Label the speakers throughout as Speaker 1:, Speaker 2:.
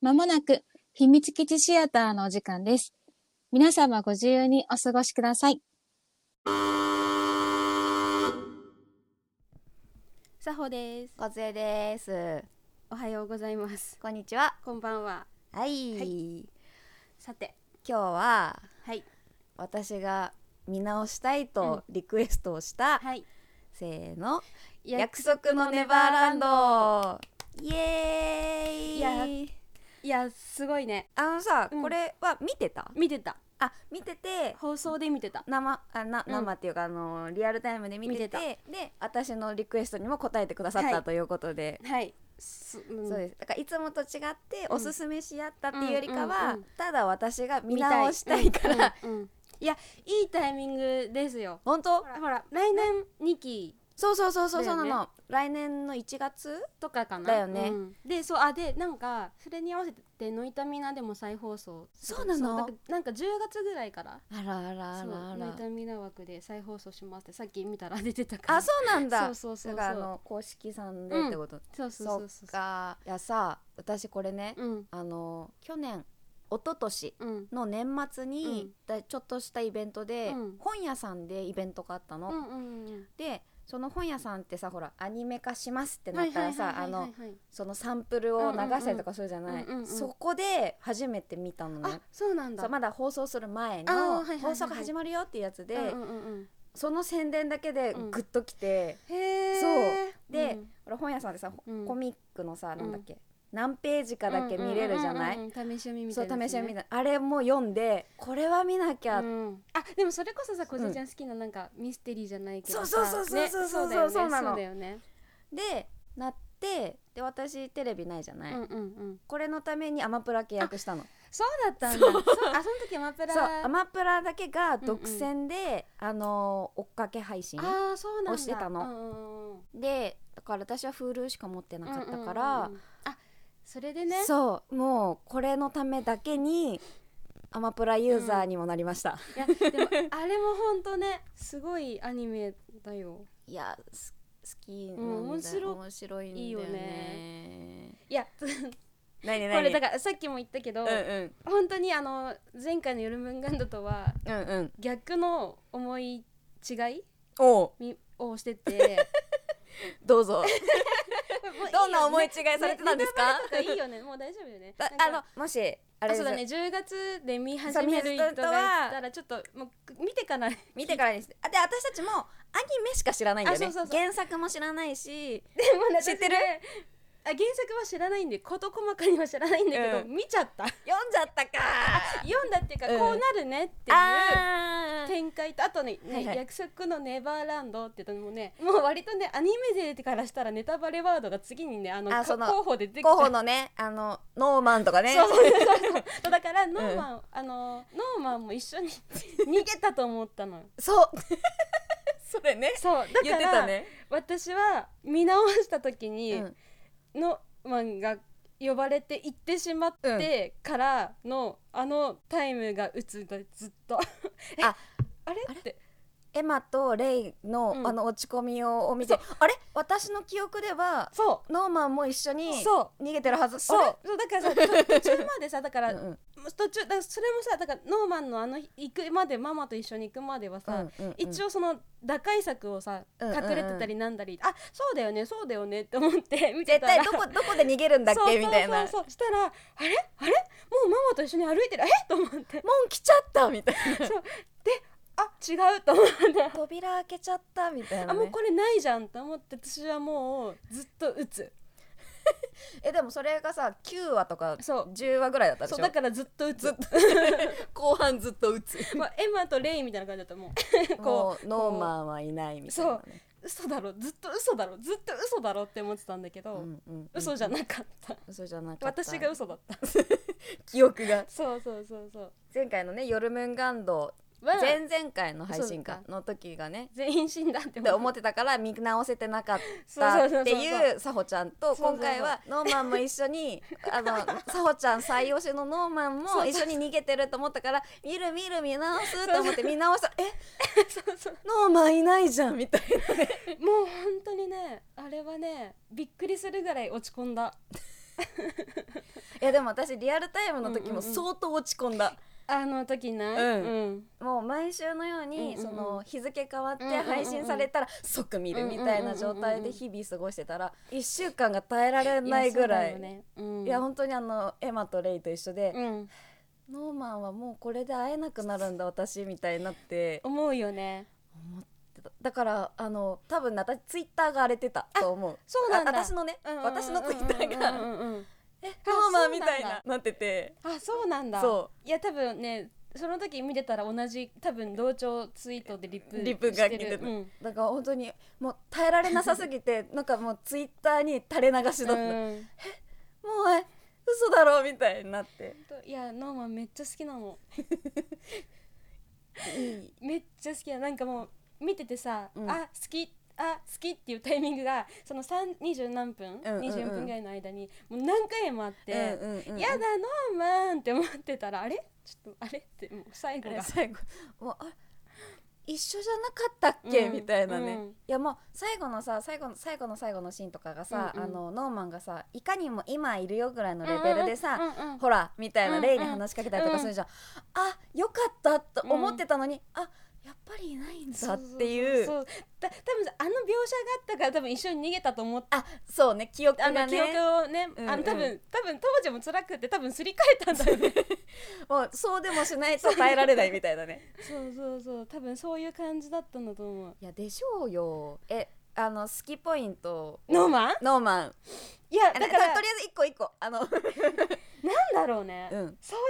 Speaker 1: まもなく秘密基地シアターのお時間です。皆様ご自由にお過ごしください。
Speaker 2: さほです。
Speaker 3: こつえです。
Speaker 2: おはようございます。
Speaker 3: こんにちは。
Speaker 2: こんばんは。
Speaker 3: はい。
Speaker 2: は
Speaker 3: 今
Speaker 2: さて、
Speaker 3: 日は
Speaker 2: はい、
Speaker 3: 私が見直したいとリクエストをした、
Speaker 2: はい、
Speaker 3: せーの
Speaker 2: 約
Speaker 3: 約束のネバーランド。イエーイ。
Speaker 2: いやいや、すごいね。
Speaker 3: あのさ、
Speaker 2: うん
Speaker 3: これは見てた？
Speaker 2: 見てた。
Speaker 3: あ、見てて。
Speaker 2: 放送で見てた。
Speaker 3: 生あな
Speaker 2: うん
Speaker 3: 生っていうか、あのリアルタイムで見て
Speaker 2: 見てた
Speaker 3: てで私のリクエストにも答えてくださっ
Speaker 2: は
Speaker 3: た
Speaker 2: い
Speaker 3: ということで、
Speaker 2: はい。すうん
Speaker 3: そうですだからいつもと違って
Speaker 2: うん
Speaker 3: おすすめし合ったっていうよりか
Speaker 2: うんうん
Speaker 3: は、
Speaker 2: うん
Speaker 3: ただ私が見直したいから、。
Speaker 2: うんうんうんいや、いいタイミングですよ。
Speaker 3: 本当
Speaker 2: ほら、ほら来年二期
Speaker 3: そうそうそうそうそうな
Speaker 2: だよ
Speaker 3: の、来年の1月
Speaker 2: とかかな。
Speaker 3: だよね
Speaker 2: うんで、そう、あ、で、なんか、それに合わせて、ノイタミナでも再放送する。
Speaker 3: そうなの
Speaker 2: だからなんか10月ぐらいから。
Speaker 3: あらあらあ
Speaker 2: そう
Speaker 3: らあ
Speaker 2: ノイ
Speaker 3: ら
Speaker 2: タミナ枠で再放送しますって、さっき見たら出てたから。
Speaker 3: あそうなんだ
Speaker 2: そうそうそうそう
Speaker 3: だからあの公式さんでってこと、
Speaker 2: そうそうそうそう
Speaker 3: っかいやさ私これね、
Speaker 2: うん
Speaker 3: あの去年一昨年
Speaker 2: うん
Speaker 3: の年末
Speaker 2: うん
Speaker 3: に、だちょっとしたイベントで、
Speaker 2: うん
Speaker 3: 本屋さんでイベントがあったの、
Speaker 2: うんうん
Speaker 3: でその本屋さんってさほらアニメ化しますって
Speaker 2: うん
Speaker 3: なったらさ
Speaker 2: は
Speaker 3: あ
Speaker 2: いはいはい
Speaker 3: の
Speaker 2: はいはい
Speaker 3: そのサンプルを流したりとかするじゃない、
Speaker 2: うんうんうんうんうん
Speaker 3: そこで初めて見たのね
Speaker 2: あそうなんだ
Speaker 3: そうまだ放送する前
Speaker 2: あーはい
Speaker 3: の
Speaker 2: はいはいはい
Speaker 3: 放送が始まるよっていうやつで、
Speaker 2: うんうんうん
Speaker 3: その宣伝だけで
Speaker 2: うん
Speaker 3: グッときて、
Speaker 2: うんへえ
Speaker 3: そうで、ほら本屋さんでさ、
Speaker 2: うん
Speaker 3: コミックのさ
Speaker 2: ん
Speaker 3: なんだっけ、何ページかだけ見れるじゃない、
Speaker 2: うんうんうんうん試し読みみた
Speaker 3: そ
Speaker 2: いうな
Speaker 3: 試し
Speaker 2: やつね
Speaker 3: 読みみたいなあれも読んでこれは見なきゃ、
Speaker 2: うんあでもそれこそさこじちゃん好きななんかミステリーじゃないけどさ
Speaker 3: そうそうそうそうそうそう
Speaker 2: ねだよね
Speaker 3: そうなの
Speaker 2: そうだよね
Speaker 3: でなってで私テレビないじゃ
Speaker 2: う
Speaker 3: ない、
Speaker 2: んうんうん
Speaker 3: これのためにアマプラ契約したの
Speaker 2: そうだったんだそうあその時アマプラ
Speaker 3: そうア
Speaker 2: あ
Speaker 3: マプラだけが独占で、あのー追っかけ配信
Speaker 2: あーそうなんだ
Speaker 3: 押してたの
Speaker 2: の
Speaker 3: でだから私は Hulu しか持ってなかったから、
Speaker 2: あそれでね
Speaker 3: そうもうこれのためだけにアマプラユーザーにもなりました、
Speaker 2: いやでもあれもほんとねすごいアニメだよ
Speaker 3: いやす好きなんだ、
Speaker 2: うん面白
Speaker 3: 面白いんだ
Speaker 2: いい
Speaker 3: よ
Speaker 2: よ
Speaker 3: ね
Speaker 2: い や
Speaker 3: 何
Speaker 2: これだ
Speaker 3: か
Speaker 2: からさっきも言ったけど、
Speaker 3: うんうん
Speaker 2: 本当にあの前回の「ヨルムンガンド」とは
Speaker 3: うんうん
Speaker 2: 逆の思い違い
Speaker 3: おう
Speaker 2: みをしてて
Speaker 3: どうぞ どんな思い違い
Speaker 2: い
Speaker 3: されてたんですか,、
Speaker 2: いいよねもう大丈夫よね
Speaker 3: だ
Speaker 2: なんか
Speaker 3: あのもしあ
Speaker 2: あ
Speaker 3: れ
Speaker 2: そうだね10月で見始める人がいたらちょっともう見て からで
Speaker 3: 見てからにしてあで私たちもアニメしか知らないんだよね
Speaker 2: あそうそうそう
Speaker 3: 原作も知らないし
Speaker 2: もね
Speaker 3: 知ってる
Speaker 2: 私ね あ原作は知らないんで事細かには知らないんだけど、
Speaker 3: う
Speaker 2: 見ちゃった
Speaker 3: 読んじゃったか
Speaker 2: 読んだっていうか、
Speaker 3: うん
Speaker 2: こうなるねっていう
Speaker 3: あー
Speaker 2: 展開とあとね、ね
Speaker 3: はいはい
Speaker 2: 約束のネバーランドって言ったのもねもう割とねアニメ勢からしたらネタバレワードが次にねあの
Speaker 3: あ
Speaker 2: か
Speaker 3: その
Speaker 2: 候補で出てきちゃ
Speaker 3: 候補
Speaker 2: う
Speaker 3: のねあのノーマンとかね
Speaker 2: そうそうそうそうそうだからノーマン、あのノーマンも一緒に逃げたと思ったのよ
Speaker 3: そうそれね
Speaker 2: そうだ
Speaker 3: 言
Speaker 2: か
Speaker 3: って
Speaker 2: ら、
Speaker 3: たね、
Speaker 2: 私は見直した時に、
Speaker 3: うん
Speaker 2: ノーマンが呼ばれて行ってしまってからの、あのタイムが打つんだずっと え
Speaker 3: あ
Speaker 2: あれ
Speaker 3: あれ
Speaker 2: って
Speaker 3: エマとレイの、
Speaker 2: うん
Speaker 3: あの落ち込みを見てあれ私の記憶では
Speaker 2: そ
Speaker 3: ノーマンも一緒
Speaker 2: う
Speaker 3: に
Speaker 2: そう
Speaker 3: 逃げてるはず
Speaker 2: そう
Speaker 3: あれ
Speaker 2: そうだからさ と途中までさだから、
Speaker 3: うんうん
Speaker 2: 途中だからそれもさだからノーマンのあの行くまでママと一緒に行くまではさ、
Speaker 3: うんうん
Speaker 2: 一応その打開策をさ、
Speaker 3: うんうんうん
Speaker 2: 隠れてたりなんだりあそうだよねそうだよねって思って見て
Speaker 3: 絶
Speaker 2: たら
Speaker 3: 対どこどこで逃げるんだっ
Speaker 2: そう
Speaker 3: けみたいな
Speaker 2: そうそうそうしたらあれあれもうママと一緒に歩いてるえと思って
Speaker 3: もう来ちゃったみたいな
Speaker 2: あ違うと思って
Speaker 3: 扉開けちゃったみたいな、ね、
Speaker 2: あもうこれないじゃんと思って私はもうずっと打つ
Speaker 3: えでもそれがさ9話とか
Speaker 2: そう
Speaker 3: 10話ぐらいだったでし
Speaker 2: そう
Speaker 3: ょ
Speaker 2: だからずっと打つ
Speaker 3: ずっ後半ずっと打つ
Speaker 2: まあ、エマとレイみたいな感じだったもうこ
Speaker 3: もうノーマンはいないみたいな、ね、
Speaker 2: 嘘だろずっと嘘だろずっと嘘だろって思ってたんだけど、
Speaker 3: んうんうん
Speaker 2: 嘘じゃなかった
Speaker 3: 嘘じゃなかった
Speaker 2: 私が嘘だ った
Speaker 3: 記憶が
Speaker 2: そうそうそうそう
Speaker 3: 前回のね「ヨルムンガンド」
Speaker 2: は
Speaker 3: 前々回の配信
Speaker 2: そ
Speaker 3: か
Speaker 2: う
Speaker 3: の時がね
Speaker 2: 全員死んだって
Speaker 3: って思
Speaker 2: っ
Speaker 3: ってたから見直せてなかったたっていうさほちゃんと今回はノーマンも一緒 にあのさほちゃん最推しのノーマンも一緒に逃げてると思ったから見る見る見直すと思って見直したえ
Speaker 2: そうそう
Speaker 3: ノーマンいないじゃんみたい
Speaker 2: もう本当にねあれはねびっくりするぐらい落ち込んだ
Speaker 3: いやでも私リアルタイムの時
Speaker 2: うんう
Speaker 3: も
Speaker 2: んうん
Speaker 3: 相当落ち込んだ、
Speaker 2: あの時ない、
Speaker 3: うん
Speaker 2: うん
Speaker 3: もう毎週のように、
Speaker 2: うんうんうん
Speaker 3: その日付変わって
Speaker 2: うんうんうんうん
Speaker 3: 配信されたら即見るみたいな状態で日々過ごしてたら1週間が耐えられないぐら
Speaker 2: やそ
Speaker 3: いいや,、
Speaker 2: うだよねうん、
Speaker 3: 本当にあのエマとレイと一緒で、
Speaker 2: うん、
Speaker 3: ノーマンはもうこれで会えなくなるんだ私みたいになって
Speaker 2: 思うよね
Speaker 3: 思ってただからあの多分私ツイッターが荒れてたと思う
Speaker 2: そうなんだ
Speaker 3: あ私のね、
Speaker 2: うんうんうん
Speaker 3: 私のツイッターが、
Speaker 2: うんうんうんうん
Speaker 3: えノ
Speaker 2: そう
Speaker 3: ー
Speaker 2: な
Speaker 3: マ
Speaker 2: ん
Speaker 3: ン
Speaker 2: だ
Speaker 3: みたいななってて
Speaker 2: あそうなんだ
Speaker 3: そ
Speaker 2: いや多分ねその時見てたら同じ多分同調ツイートでリプ
Speaker 3: リプが来てた
Speaker 2: うん
Speaker 3: だから本当にもう耐えられなさすぎてなんかもうツイッターに垂れ流しだった、もう
Speaker 2: うん
Speaker 3: え嘘だろみたいになって
Speaker 2: といやノーマンめっちゃ好きなの
Speaker 3: いい
Speaker 2: めっちゃ好きななんかもう見ててさ、
Speaker 3: うん
Speaker 2: あ好きあ好きっていうタイミングがその3 20何分、
Speaker 3: うんうんうん
Speaker 2: 24分ぐらいの間にもう何回もあって、
Speaker 3: うんうんうん
Speaker 2: やだノーマンって思ってたらあれちょっとあれってもう最後
Speaker 3: あれ
Speaker 2: が
Speaker 3: 最後もうあ一緒じゃなかったっけ、
Speaker 2: うん
Speaker 3: みたいなね、
Speaker 2: うん
Speaker 3: いやもう最後のさ最後の最後の最後のシーンとかがさ、
Speaker 2: うんうん
Speaker 3: あのノーマンがさいかにも今いるよぐらいのレベルでさ、
Speaker 2: うんうんうん
Speaker 3: ほらみたい
Speaker 2: うんう
Speaker 3: なんレイに話しかけたりとかするじゃん、あよかったと思ってたのに、あやっぱりいないんだっていう
Speaker 2: そうそうそうだ多分さあの描写があったから多分一緒に逃げたと思って
Speaker 3: あそうね記憶
Speaker 2: あ
Speaker 3: が
Speaker 2: の
Speaker 3: ね
Speaker 2: 記憶をね、
Speaker 3: うん
Speaker 2: あ
Speaker 3: う
Speaker 2: の
Speaker 3: ん
Speaker 2: 多分多分当時も辛くて多分すり替えたんだよね
Speaker 3: もうそうでもしないと耐えられないみたいだね
Speaker 2: そうそうそう多分そういう感じだったんだと思う
Speaker 3: いやでしょうよえあの好きポイント
Speaker 2: ノーマン
Speaker 3: ノーマン
Speaker 2: いや
Speaker 3: あ
Speaker 2: だ
Speaker 3: の
Speaker 2: か
Speaker 3: と
Speaker 2: ら
Speaker 3: とりあえず一個一個あの
Speaker 2: なんだろうね、
Speaker 3: うん
Speaker 2: そう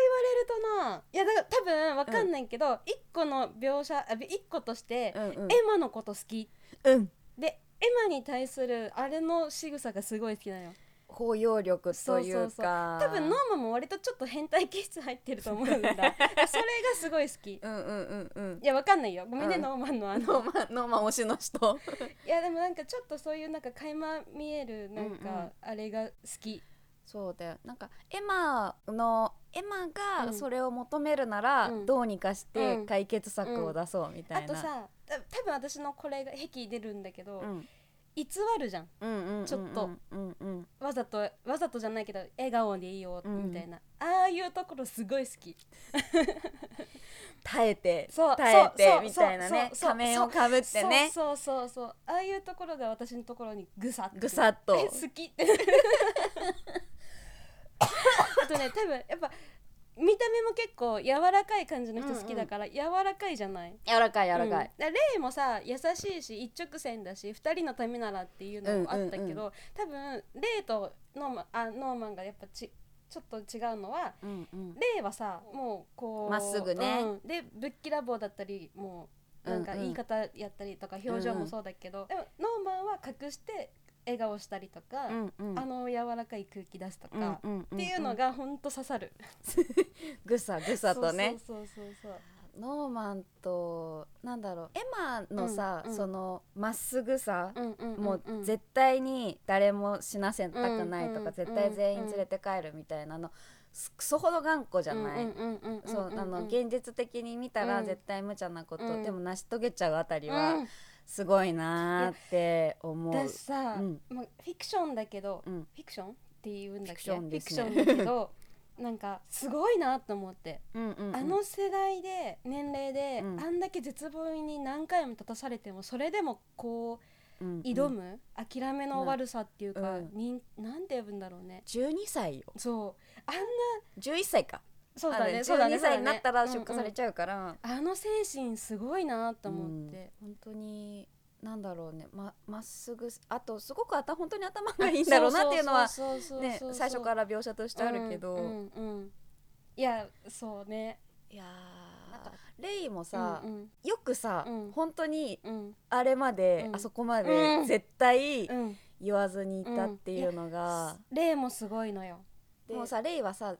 Speaker 2: 言われるとないやだから多分わかんないけど、一個の描写あ一個として、
Speaker 3: うんうん
Speaker 2: エマのこと好き
Speaker 3: うん
Speaker 2: でエマに対するあれの仕草がすごい好きなのよ
Speaker 3: 包容力とい
Speaker 2: そう
Speaker 3: う
Speaker 2: そうそう
Speaker 3: か
Speaker 2: 多分ノーマンも割とちょっと変態気質入ってると思うんだそれ がすごい好きい
Speaker 3: うんうんうんうん
Speaker 2: やわかんないよごめんね、
Speaker 3: うん
Speaker 2: ノーマンのあの
Speaker 3: ノーマンノーマン推しの人
Speaker 2: いやでもなんかちょっとそういうなんか垣間見えるなん
Speaker 3: うんう
Speaker 2: か
Speaker 3: ん
Speaker 2: あれが好き、
Speaker 3: そうだよなんかエマのエマ
Speaker 2: う
Speaker 3: が
Speaker 2: ん
Speaker 3: それを求めるなら、
Speaker 2: うん
Speaker 3: どうにか
Speaker 2: う
Speaker 3: して
Speaker 2: ん
Speaker 3: 解決策を出そうみた
Speaker 2: あ
Speaker 3: い
Speaker 2: と
Speaker 3: な、
Speaker 2: さた多分私のこれが癖出るんだけど、
Speaker 3: うん
Speaker 2: 偽るじゃん
Speaker 3: うんうんうんうん
Speaker 2: ちょっと
Speaker 3: うんうん
Speaker 2: わざとわざとじゃないけど笑顔でいいよ
Speaker 3: う
Speaker 2: み
Speaker 3: ん
Speaker 2: たいな、ああいうところすごい好き
Speaker 3: 耐えて
Speaker 2: そう
Speaker 3: 耐え
Speaker 2: そう
Speaker 3: て
Speaker 2: そう
Speaker 3: みたいなね
Speaker 2: そうそう
Speaker 3: 仮面をかぶってね
Speaker 2: そうそうそうそうああいうところが私のところにぐさっと
Speaker 3: ぐさっと
Speaker 2: え 好きって あとね多分やっぱ見た目も結構柔らかい感じの人好きだから、柔らかいじゃない
Speaker 3: 柔らかい柔らか
Speaker 2: うん
Speaker 3: い、、
Speaker 2: だレイもさ優しいし一直線だし2人のためならっていうのもあったけど、
Speaker 3: うんうんう
Speaker 2: 多分レイとノーマンあノーマンがやっぱちちょっと違うのは
Speaker 3: うんうん
Speaker 2: レイはさもうこう
Speaker 3: まっすぐね
Speaker 2: うんでぶっきらぼうだったりもうなんか
Speaker 3: うんうん
Speaker 2: 言い方やったりとか表情もそうだけど、でもノーマンは隠して笑顔したりとか、
Speaker 3: うんうん
Speaker 2: あの柔らかい空気出すとか、
Speaker 3: うんうんうん
Speaker 2: っていうのがほんと刺さる。
Speaker 3: ぐさぐさとね
Speaker 2: そうそうそうそう
Speaker 3: ノーマンとなんだろうエマのさ、
Speaker 2: うんうん
Speaker 3: そのまっすぐさ、
Speaker 2: そう。うんうんうんん
Speaker 3: もう絶対に誰も死なせたくないとか、
Speaker 2: うんうん
Speaker 3: 絶対全員連れて帰るみたいなの、すクソほど頑固じゃない、
Speaker 2: うんうんうんうんうんうん
Speaker 3: そうあ
Speaker 2: う
Speaker 3: の
Speaker 2: ん
Speaker 3: 現実的に見たら
Speaker 2: うん
Speaker 3: 絶対無茶なこと、
Speaker 2: うん
Speaker 3: でも成し遂げちゃうあたり
Speaker 2: う
Speaker 3: は
Speaker 2: ん
Speaker 3: すごいなーって思う、
Speaker 2: だしさ、
Speaker 3: うん
Speaker 2: まあ、フィクションだけど、
Speaker 3: うん
Speaker 2: フィクションって言うんだっけ
Speaker 3: フィクションですね
Speaker 2: フィクションだけど なんかすごいなと思って、
Speaker 3: うんうんうん
Speaker 2: あの世代で年齢で、
Speaker 3: うん
Speaker 2: あんだけ絶望に何回も立たされてもそれでもこ
Speaker 3: うんうん
Speaker 2: う挑む、諦めの悪さっていうか、
Speaker 3: うん
Speaker 2: になんて呼ぶんだろうね
Speaker 3: 12歳よ
Speaker 2: そうあんな
Speaker 3: 11歳か
Speaker 2: そうだね
Speaker 3: あ
Speaker 2: そうだね
Speaker 3: 12歳になったら出
Speaker 2: そうだ
Speaker 3: 荷
Speaker 2: ね
Speaker 3: されちゃうから、
Speaker 2: うんうんあの精神すごいなと思って、
Speaker 3: うん本当になんだろうねままっすぐあとすごくあた本当に頭がいいんだろうなっていうのは
Speaker 2: そうそうそうそう
Speaker 3: ね
Speaker 2: そう
Speaker 3: 最初から描写としてあるけど、
Speaker 2: うんうんうんいやそうね
Speaker 3: いやーレイもさ、
Speaker 2: うん
Speaker 3: よくさ、
Speaker 2: うん
Speaker 3: 本当に
Speaker 2: うん
Speaker 3: あれまで、
Speaker 2: うん
Speaker 3: あそこま
Speaker 2: う
Speaker 3: で
Speaker 2: ん
Speaker 3: 絶対
Speaker 2: うんうん
Speaker 3: 言わずにいたっていうのが、
Speaker 2: 例もすごいのよで
Speaker 3: もうさレイはさ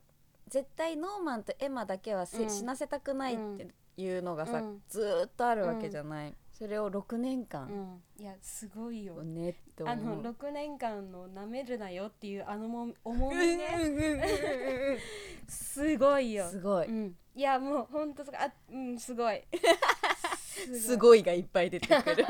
Speaker 3: 絶対ノーマンとエマだけはせ、
Speaker 2: うん
Speaker 3: 死なせたくないっていうのが
Speaker 2: う
Speaker 3: さ、
Speaker 2: ん
Speaker 3: ずーっとあるわけじゃない、それを6年
Speaker 2: う
Speaker 3: 間、
Speaker 2: んいやすごいよ
Speaker 3: ねって思う
Speaker 2: あの6年間のなめるなよっていうあのも重みねすごいよ
Speaker 3: すごい、
Speaker 2: うんいやもうほんとすごいあうんすごい
Speaker 3: すごいがいっぱい出てくる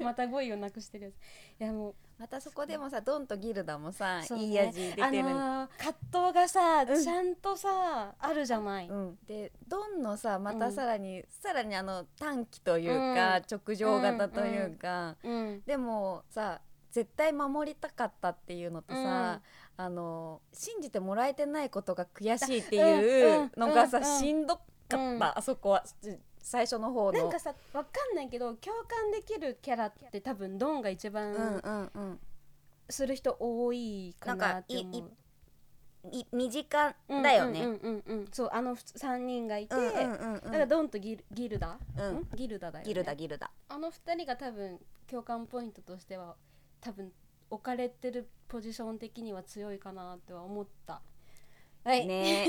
Speaker 2: また語彙をなくしてるやついやもう
Speaker 3: またそこでもさドンとギルダもさ、
Speaker 2: そうね
Speaker 3: いい味出てる
Speaker 2: あのー葛藤がさ、
Speaker 3: うん
Speaker 2: ちゃんとさあるじゃない、
Speaker 3: うん、でドンのさまたさらに、さらにあの短期というか、
Speaker 2: うん
Speaker 3: 直情型というか、
Speaker 2: うん
Speaker 3: でもさ絶対守りたかったっていうのとさ、あの信じてもらえてないことが悔しいっていうのがさ、
Speaker 2: うんうんうん
Speaker 3: しんどかった、
Speaker 2: うん
Speaker 3: あそこはじ最初の方の。
Speaker 2: なんかさわかんないけど共感できるキャラって多分ドンが一
Speaker 3: うんう
Speaker 2: 番
Speaker 3: んうん、
Speaker 2: する人多いかなって思う、
Speaker 3: なんかい身近だよね。
Speaker 2: うんうんうんうんそうあの3人がいて、
Speaker 3: うんうんうん
Speaker 2: だからドンとギルギルダ、
Speaker 3: うん
Speaker 2: んギルダだよ、ね、
Speaker 3: ギルダギルダ。
Speaker 2: あの2人が多分共感ポイントとしては多分置かれてるポジション的には強いかなとは思ったはい、
Speaker 3: ね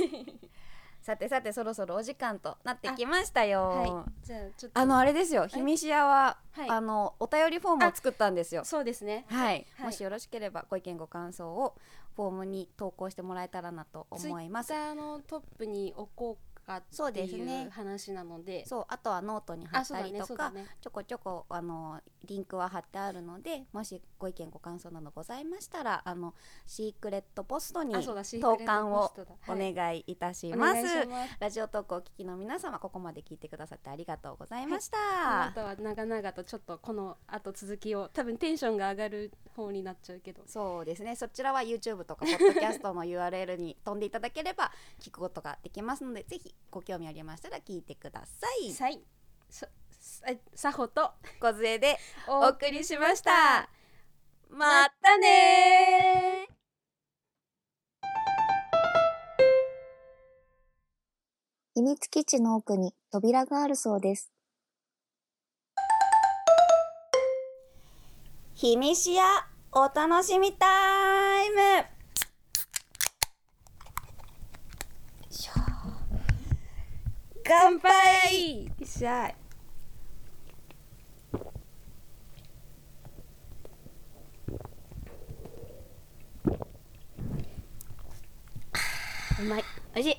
Speaker 3: さてさてそろそろお時間となってきましたよ。
Speaker 2: はい、じゃあちょっと
Speaker 3: あのあれですよ、ひみしやは、
Speaker 2: はい
Speaker 3: あのお便りフォームを作ったんですよ。
Speaker 2: そうですね
Speaker 3: はい、
Speaker 2: はい
Speaker 3: もしよろしければご意見ご感想をフォームに投稿してもらえたらなと思います
Speaker 2: ツイ。ッターのトップに置こうか
Speaker 3: そう
Speaker 2: って
Speaker 3: です
Speaker 2: い
Speaker 3: ね
Speaker 2: う話なので
Speaker 3: そう、あとはノートに貼
Speaker 2: あ
Speaker 3: っ
Speaker 2: そう
Speaker 3: た
Speaker 2: だ
Speaker 3: り
Speaker 2: ね
Speaker 3: と
Speaker 2: そう
Speaker 3: か、
Speaker 2: だね
Speaker 3: ちょこちょこあのリンクは貼ってあるので、もしご意見ご感想などございましたら、あのシークレットポストに
Speaker 2: あそうだシークレッ
Speaker 3: 投
Speaker 2: ト
Speaker 3: 函を
Speaker 2: ポストだ
Speaker 3: お
Speaker 2: はい
Speaker 3: 願いいたし
Speaker 2: お
Speaker 3: ます。
Speaker 2: 願いします
Speaker 3: ラジオトークをお聞きの皆様、ここまで聞いてくださってありがとうございました。
Speaker 2: あとは長々とちょっとこの後続きを多分テンションが上がる方になっちゃうけど
Speaker 3: そうですねそちらは YouTube とか Podcast の URL に飛んでいただければ聞くことができますのでぜひご興味ありましたら聞いてください。
Speaker 2: さいさささほと
Speaker 3: 小杖でお
Speaker 2: お
Speaker 3: 送りしました。またねー
Speaker 4: 秘密基地の奥に扉があるそうです。
Speaker 3: ひみしやお楽しみタイムよいしょ乾杯よっしゃい
Speaker 2: うまいおいしい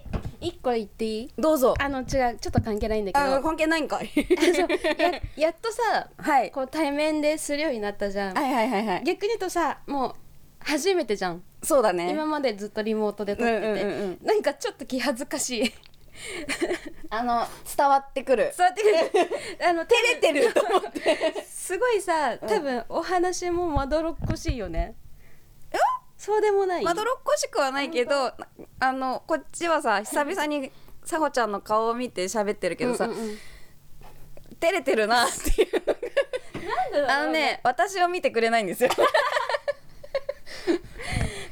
Speaker 2: 一個言っていい
Speaker 3: どうぞ
Speaker 2: あの違うちょっと関係ないんだけど
Speaker 3: 関係ないんかい
Speaker 2: ややっとさ
Speaker 3: はい
Speaker 2: こう対面でするようになったじゃん、
Speaker 3: はいはいはいはい
Speaker 2: 逆に言うとさもう初めてじゃん
Speaker 3: そうだね
Speaker 2: 今までずっとリモートで撮ってて、
Speaker 3: うんうんうん
Speaker 2: なんかちょっと気恥ずかし い
Speaker 3: あの伝わってくる
Speaker 2: そうやって あの照れ
Speaker 3: 出てると思って
Speaker 2: すごいさ多分お話もまどろっこしいよね、そうでもない
Speaker 3: まどろっこしくはないけどあのこっちはさ久々にさほちゃんの顔を見て喋ってるけどさ、
Speaker 2: うんうんうん
Speaker 3: 照れてるなっていう
Speaker 2: なんでだろう
Speaker 3: あのね私を見てくれないんですよ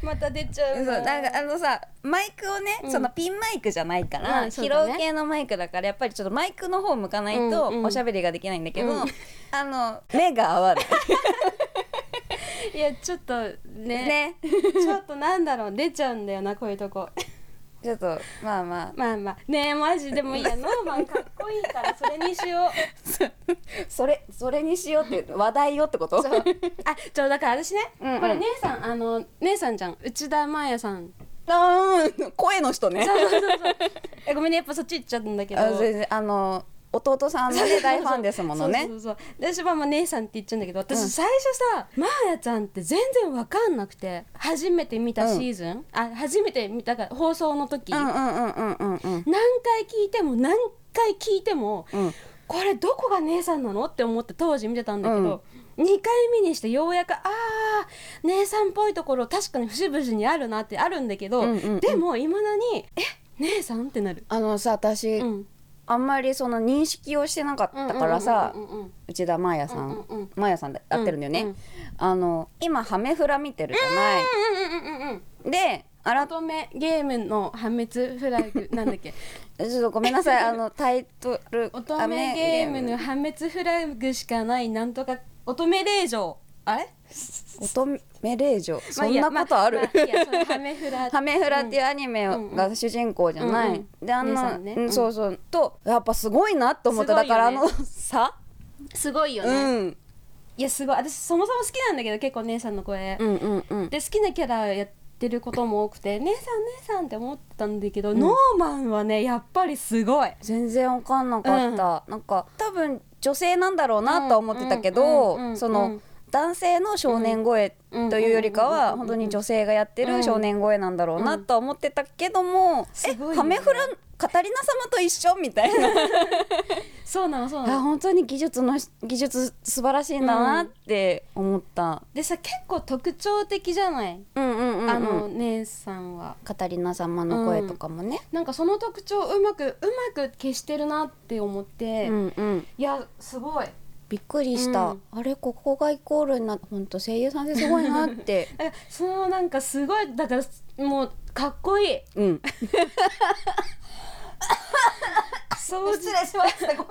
Speaker 2: また出ちゃ
Speaker 3: そううなんかあのさマイクをね、
Speaker 2: うん
Speaker 3: そのピンマイクじゃないから、
Speaker 2: うんそ
Speaker 3: 疲
Speaker 2: うだ
Speaker 3: 労
Speaker 2: ね
Speaker 3: 系のマイクだからやっぱりちょっとマイクの方向かないと
Speaker 2: うんうん
Speaker 3: おしゃべりができないんだけど、
Speaker 2: うん
Speaker 3: あの目が合わない
Speaker 2: いやちょっとね
Speaker 3: ね
Speaker 2: ちょっとなんだろう出ちゃうんだよなこういうとこ
Speaker 3: ちょっとまあまあ
Speaker 2: まあまあねえマジでもいい やノーマンかっこいいからそれにしよう
Speaker 3: それそれにしようって話題よってこと
Speaker 2: そうあちょだから私ね、
Speaker 3: うんうん
Speaker 2: これ姉さんあの姉さんじゃん内田真彩さん
Speaker 3: あー声の人ね
Speaker 2: そうそうそうそうえごめんねやっぱそっち行っちゃったんだけど
Speaker 3: あ全然あの弟さんのね大ファンですものね
Speaker 2: そうそうそうで私はまあ姉さんって言っちゃうんだけど私最初さ、まーやちゃんって全然わかんなくて初めて見たシーズン、あ初めて見たから放送の時、
Speaker 3: うん
Speaker 2: 何
Speaker 3: うんうんうんうんうん
Speaker 2: 回聞いても何回聞いても、
Speaker 3: うん
Speaker 2: これどこが姉さんなのって思って当時見てたんだけど、2回目にしてようやくあー姉さんっぽいところ確かに節々にあるなってあるんだけど、
Speaker 3: うんうんうん
Speaker 2: でもいまだに「え姉さん?」ってなる。
Speaker 3: あのさ私、
Speaker 2: うん
Speaker 3: あんまりその認識をしてなかったからさ、
Speaker 2: うんうんうん
Speaker 3: 内田真彩さん、
Speaker 2: うんうんうん
Speaker 3: 真彩さんで合ってるんだよね、
Speaker 2: うんうん
Speaker 3: あの今ハメフラ見てるじゃない、
Speaker 2: うんうんうんうんうん
Speaker 3: であら
Speaker 2: 乙女ゲームの破滅フラグなんだっけ
Speaker 3: ちょっとごめんな さいあのタイトル
Speaker 2: 乙女ゲームの破滅フラグしかないなんとか乙女令嬢あれ
Speaker 3: 乙女令嬢
Speaker 2: ま
Speaker 3: そ
Speaker 2: あいいや
Speaker 3: んなことある、
Speaker 2: まあまあいいやそれハメフラ
Speaker 3: ハメフラっていううアニメが主人公じゃない、
Speaker 2: うんうん
Speaker 3: であ
Speaker 2: 姉
Speaker 3: の、
Speaker 2: さんね
Speaker 3: う、
Speaker 2: うんん
Speaker 3: そうそうとやっぱすごいなと思っ
Speaker 2: す
Speaker 3: た、
Speaker 2: ご
Speaker 3: だ
Speaker 2: いよね
Speaker 3: からあのさ、
Speaker 2: んすごいよ
Speaker 3: う
Speaker 2: ね、
Speaker 3: ん、
Speaker 2: いやすごい私そもそも好きなんだけど結構姉さんの声、
Speaker 3: うんうんうん
Speaker 2: で好きなキャラやっってることも多くて「姉さん姉さん」って思ってたんだけど、
Speaker 3: ん
Speaker 2: ノーマンはねやっぱりすごい
Speaker 3: 全然わかんなかった、なんか多分女性なんだろうなとは思ってたけ
Speaker 2: う
Speaker 3: ど、
Speaker 2: んうんうんうん
Speaker 3: その男性の少年声というよりかは本当に女性がやってる少年声なんだろうなとは思ってたけども、
Speaker 2: すごい
Speaker 3: え
Speaker 2: ね
Speaker 3: カメフラカタリナ様と一緒みたいな
Speaker 2: そうなのそうな
Speaker 3: あ
Speaker 2: の
Speaker 3: 本当に技術の技術素晴らしいんだなって思った、
Speaker 2: でさ結構特徴的じゃない、
Speaker 3: うん、うんうんうん、
Speaker 2: あの姉さんは
Speaker 3: カタリナ様の声とかもね、
Speaker 2: なんかその特徴をうまくうまく消してるなって思っ
Speaker 3: う
Speaker 2: て、
Speaker 3: んうん、
Speaker 2: いやすごい
Speaker 3: びっくりした、
Speaker 2: うん
Speaker 3: あれここがイコールになって本当声優さんってすごいなって、
Speaker 2: だからそのなんかすごいだからもうかっこいい
Speaker 3: うん、
Speaker 2: そうじ
Speaker 3: 礼しました ごめん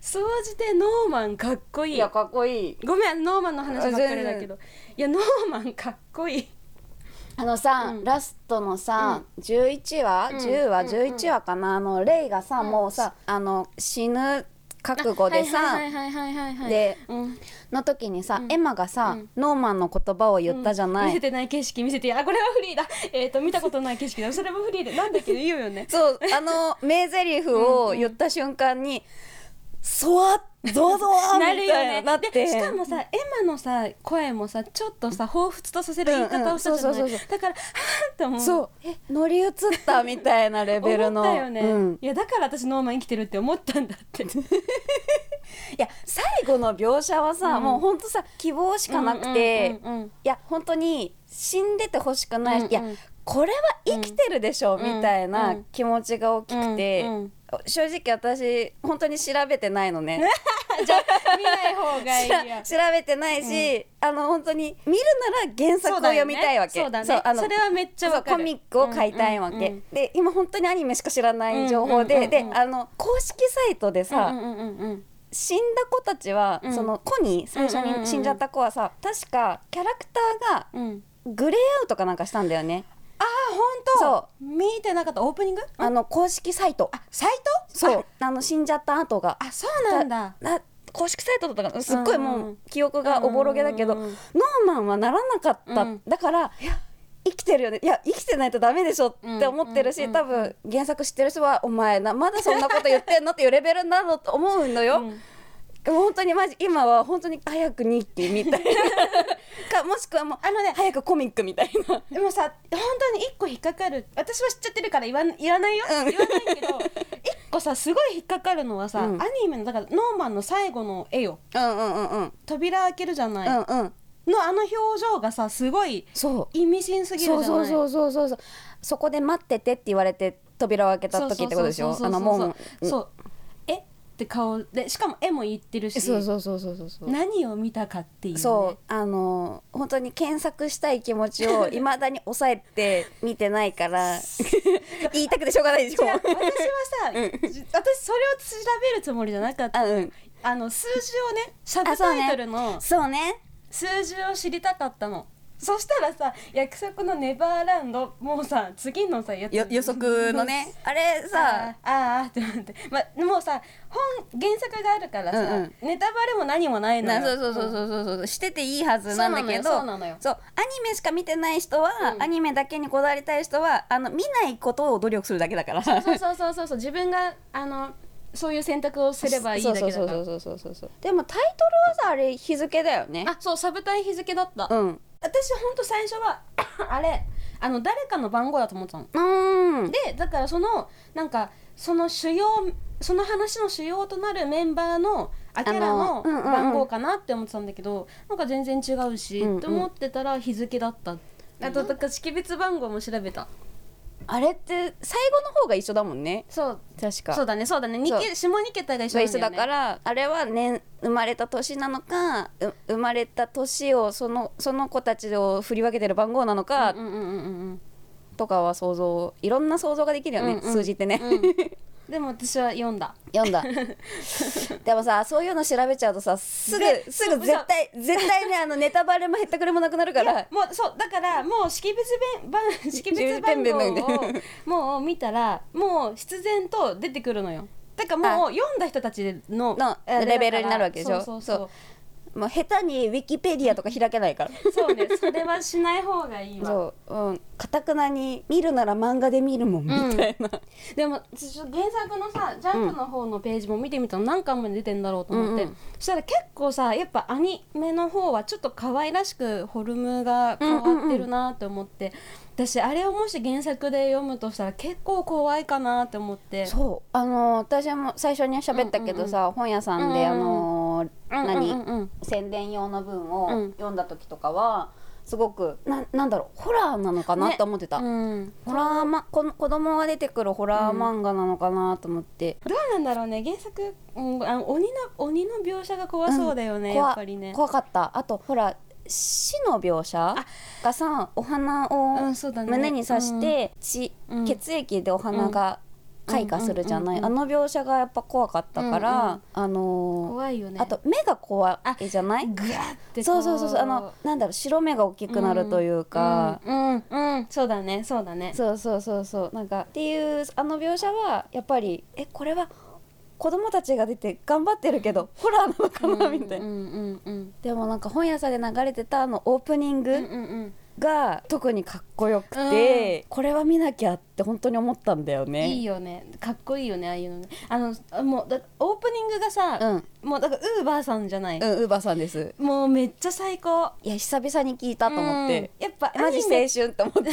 Speaker 2: 総じてノーマンかっこいい
Speaker 3: いやかっこいい
Speaker 2: ごめんノーマンの話ばっかり
Speaker 3: あ
Speaker 2: だ
Speaker 3: 全
Speaker 2: け
Speaker 3: 然
Speaker 2: どいやノーマンかっこいい
Speaker 3: あのさ、
Speaker 2: うん
Speaker 3: ラストのさ、11話、
Speaker 2: うん
Speaker 3: 10話、
Speaker 2: うん
Speaker 3: 11話かなあのレイがさ、もうさあの死ぬ覚悟でさ、
Speaker 2: はいはいはいはいはいはい
Speaker 3: で
Speaker 2: うん
Speaker 3: の時にさ、
Speaker 2: うん
Speaker 3: エマが
Speaker 2: う
Speaker 3: さ、
Speaker 2: ん
Speaker 3: ノーマンの言葉を言ったじゃない、
Speaker 2: 見せてない景色見せてあこれはフリーだえっ、と見たことない景色だそれもフリーでなんだっけ言うよね
Speaker 3: そうあの名台詞を言った瞬間に「そわっゾワゾワ」み
Speaker 2: なるよ
Speaker 3: たい
Speaker 2: ね
Speaker 3: になって
Speaker 2: でしかもさエマのさ声もさちょっとさ彷彿とさせる言い方をしたじゃない、
Speaker 3: うんうんそうそうそうそ
Speaker 2: だからはぁって思う
Speaker 3: そうえ乗り移ったみたいなレベルの
Speaker 2: 思ったよね、
Speaker 3: うん、
Speaker 2: いやだから私ノーマン生きてるって思ったんだ って
Speaker 3: いや最後の描写はさ、
Speaker 2: うん
Speaker 3: もうほんとさ希望しかなくて、い
Speaker 2: うんうんうんうん
Speaker 3: や本当に死んでてほしくない、
Speaker 2: うんうん
Speaker 3: いやこれは生きてるでしょ、
Speaker 2: ん
Speaker 3: みたいな
Speaker 2: うん
Speaker 3: 気持ちが大きくて、
Speaker 2: うんうん
Speaker 3: 正直私本当に調べてないのね。
Speaker 2: 見ない方が いい
Speaker 3: しら
Speaker 2: や
Speaker 3: 調べてないし、あの本当に見るなら原作を読みたいわけ
Speaker 2: そうだねそう
Speaker 3: あ
Speaker 2: だね
Speaker 3: の
Speaker 2: それはめっちゃわかる
Speaker 3: そうコミックを買いたいわけ、
Speaker 2: うんうんうん
Speaker 3: で今本当にアニメしか知らない情報で、
Speaker 2: うんうんうんうん
Speaker 3: であの公式サイトでさ、
Speaker 2: うんうんうんうん
Speaker 3: 死んだ子たちは、
Speaker 2: うん
Speaker 3: その子に最初に死んじゃった子はさ、確かキャラクターが
Speaker 2: うん
Speaker 3: グレーアウトかなんかしたんだよね
Speaker 2: あー本当そう見てなかったオープニング
Speaker 3: あの公式サイト
Speaker 2: あサイト
Speaker 3: そうあの死んじゃった後が
Speaker 2: あそうなんだ
Speaker 3: な公式サイトだったからすっごい
Speaker 2: うん
Speaker 3: も
Speaker 2: うんう
Speaker 3: う記憶がおぼろげだけど、
Speaker 2: うんうんうん
Speaker 3: ノーマンはならなかった、
Speaker 2: うん
Speaker 3: だからいや生きてるよねいや生きてないとダメでしょって思ってるし、
Speaker 2: うんうん
Speaker 3: 多分原作知ってる人は「お前なまだそんなこと言ってんの?」っていうレベルになると思うのよ。
Speaker 2: うん
Speaker 3: 本当にマジ今は本当に早く日記みたい なかもしくはもうあのね早くコミックみたいな
Speaker 2: でもさ本当に一個引っかかる私は知っちゃってるから言わんいらないよ、言わないけ ど一個さすごい引っかかるのはさ、
Speaker 3: うん
Speaker 2: アニメのだからノーマンの最後の絵よ
Speaker 3: うんうんうんうん
Speaker 2: 扉開けるじゃない、
Speaker 3: うんうん
Speaker 2: のあの表情がさすごい
Speaker 3: そう
Speaker 2: 意味深すぎるじゃ
Speaker 3: そ
Speaker 2: な
Speaker 3: う
Speaker 2: い
Speaker 3: そうそうそうそうそうそこで待っててって言われて扉を開けた時ってことでしょ
Speaker 2: そう
Speaker 3: あ
Speaker 2: そ
Speaker 3: の
Speaker 2: うそう
Speaker 3: 門
Speaker 2: そうそうえって顔でしかも絵も言ってるし
Speaker 3: そうそうそうそうそうそう
Speaker 2: 何を見たかっていう,、ね、
Speaker 3: そうあの本当に検索したい気持ち をいまだに抑えて見てないから 言いたくてしょうがないでしょ
Speaker 2: 違う私はさ、じ私それを調べるつもりじゃなかった
Speaker 3: あ うん
Speaker 2: あの数字をねサブタイトルの
Speaker 3: そうね
Speaker 2: 数字を知りたかったのそしたらさ約束のネバーランドもうさ次のさやつ
Speaker 3: よ予測 のねあれさ
Speaker 2: あーあーって思って、ま、もうさ本原作があるからさ、
Speaker 3: うんうん
Speaker 2: ネタバレも何もないのよ
Speaker 3: なそうそうそうそうそうそうしてていいはずなんだけど
Speaker 2: そうなのよ
Speaker 3: そうアニメしか見てない人は、
Speaker 2: うん
Speaker 3: アニメだけにこだわりたい人はあの見ないことを努力するだけだからそう
Speaker 2: そうそうそうそうそう自分があのそういう選択をすればいいだけだから
Speaker 3: そうそうそうそうそうそうでもタイトルはさあれ日付だよね
Speaker 2: あそうサブタイ日付だった、
Speaker 3: うんう
Speaker 2: 私ほんと最初はあれあの誰かの番号だと思ってたの
Speaker 3: ーん
Speaker 2: でだからそのなんかその主要その話の主要となるメンバーのアキャラの
Speaker 3: あのうんうんうん
Speaker 2: 番号かなって思ってたんだけど、なんか全然違うし、
Speaker 3: うんうん
Speaker 2: って思ってたら日付だったあとだから識別番号も調べた
Speaker 3: あれって最後の方が一緒だもんね
Speaker 2: そう
Speaker 3: 確か
Speaker 2: そうだねそうだね二桁下2桁が一緒
Speaker 3: が
Speaker 2: なん
Speaker 3: 一
Speaker 2: だ
Speaker 3: 緒
Speaker 2: よ
Speaker 3: だ
Speaker 2: ね
Speaker 3: からあれは年生まれた年なのかう生まれた年をそのその子たちを振り分けてる番号なのか
Speaker 2: うんうんうんうんうん
Speaker 3: とかは想像いろんな想像ができるよね、
Speaker 2: うんうん
Speaker 3: 数字ってね、
Speaker 2: うん でも私は読ん だ
Speaker 3: 読んだでもさそういうの調べちゃうとさすぐすぐ絶対絶対ねあのネタバレもへったくれもなくなるから
Speaker 2: もうそうだからもう識別弁 番識別番号を もう見たらもう必然と出てくるのよだからもう読んだ人たちの
Speaker 3: の
Speaker 2: あれだから
Speaker 3: レベルになるわけでしょ
Speaker 2: そうそうそう
Speaker 3: もう下手にウィキペディアとか開けないから
Speaker 2: そうねそれはしない方がいいわ
Speaker 3: そううんかたくなに見るなら漫画で見るもんみたいな、
Speaker 2: でも私原作のさジャンプの方のページも見てみたの何巻まで出てんだろうと思って、
Speaker 3: うんうん
Speaker 2: そしたら結構さやっぱアニメの方はちょっと可愛らしくフォルムが変わってるなと思って、私あれをもし原作で読むとしたら結構怖いかなって思って
Speaker 3: そうあの私も最初に喋ったけどさ、本屋さん
Speaker 2: う
Speaker 3: で、
Speaker 2: んうん
Speaker 3: あの何、
Speaker 2: うんうんうん
Speaker 3: 宣伝用の文
Speaker 2: う
Speaker 3: を
Speaker 2: ん
Speaker 3: 読んだ時とかはすごくななんだろうホラーなのかな
Speaker 2: ね
Speaker 3: と思ってた、
Speaker 2: うん
Speaker 3: ホラーまこの子供が出てくるホラー漫画なのかなと思って、
Speaker 2: どうなんだろうね原作、うん、あの鬼の鬼の描写が怖そうだよね、や
Speaker 3: 怖
Speaker 2: っぱりね
Speaker 3: 怖かったあとほら死の描写がさお花
Speaker 2: う
Speaker 3: を
Speaker 2: んそうだね
Speaker 3: 胸に刺し、て、血
Speaker 2: うん
Speaker 3: 血液でお花が開花するじゃない、
Speaker 2: うんうんうん
Speaker 3: あの描写がやっぱ怖かったから、
Speaker 2: うんうん
Speaker 3: あ
Speaker 2: うん
Speaker 3: のー
Speaker 2: 怖いよね
Speaker 3: あと目が怖いじゃない
Speaker 2: グワって
Speaker 3: そうそうそうそうあのなんだろう白目が大きくなるというか、
Speaker 2: うんうん、うんそうだねそうだね
Speaker 3: そうそうそうそうなんかっていうあの描写はやっぱりえこれは子供たちが出て頑張ってるけどホラーなのかなみたいな、
Speaker 2: うんうんうん
Speaker 3: でもなんか本屋さんで流れてたあのオープニン
Speaker 2: うんうん
Speaker 3: グ
Speaker 2: うん
Speaker 3: が特にかっこよくて、これは見なきゃって本当に思ったんだよね
Speaker 2: いいよねかっこいいよねああいうのねあのもうだオープニングがさ、
Speaker 3: うん
Speaker 2: もうだからウーバーさんじゃない、
Speaker 3: うんウーバーさんです
Speaker 2: もうめっちゃ最高
Speaker 3: いや久々に聞いたと思って、
Speaker 2: うんやっぱ
Speaker 3: マジ青
Speaker 2: アニメ
Speaker 3: 春と思って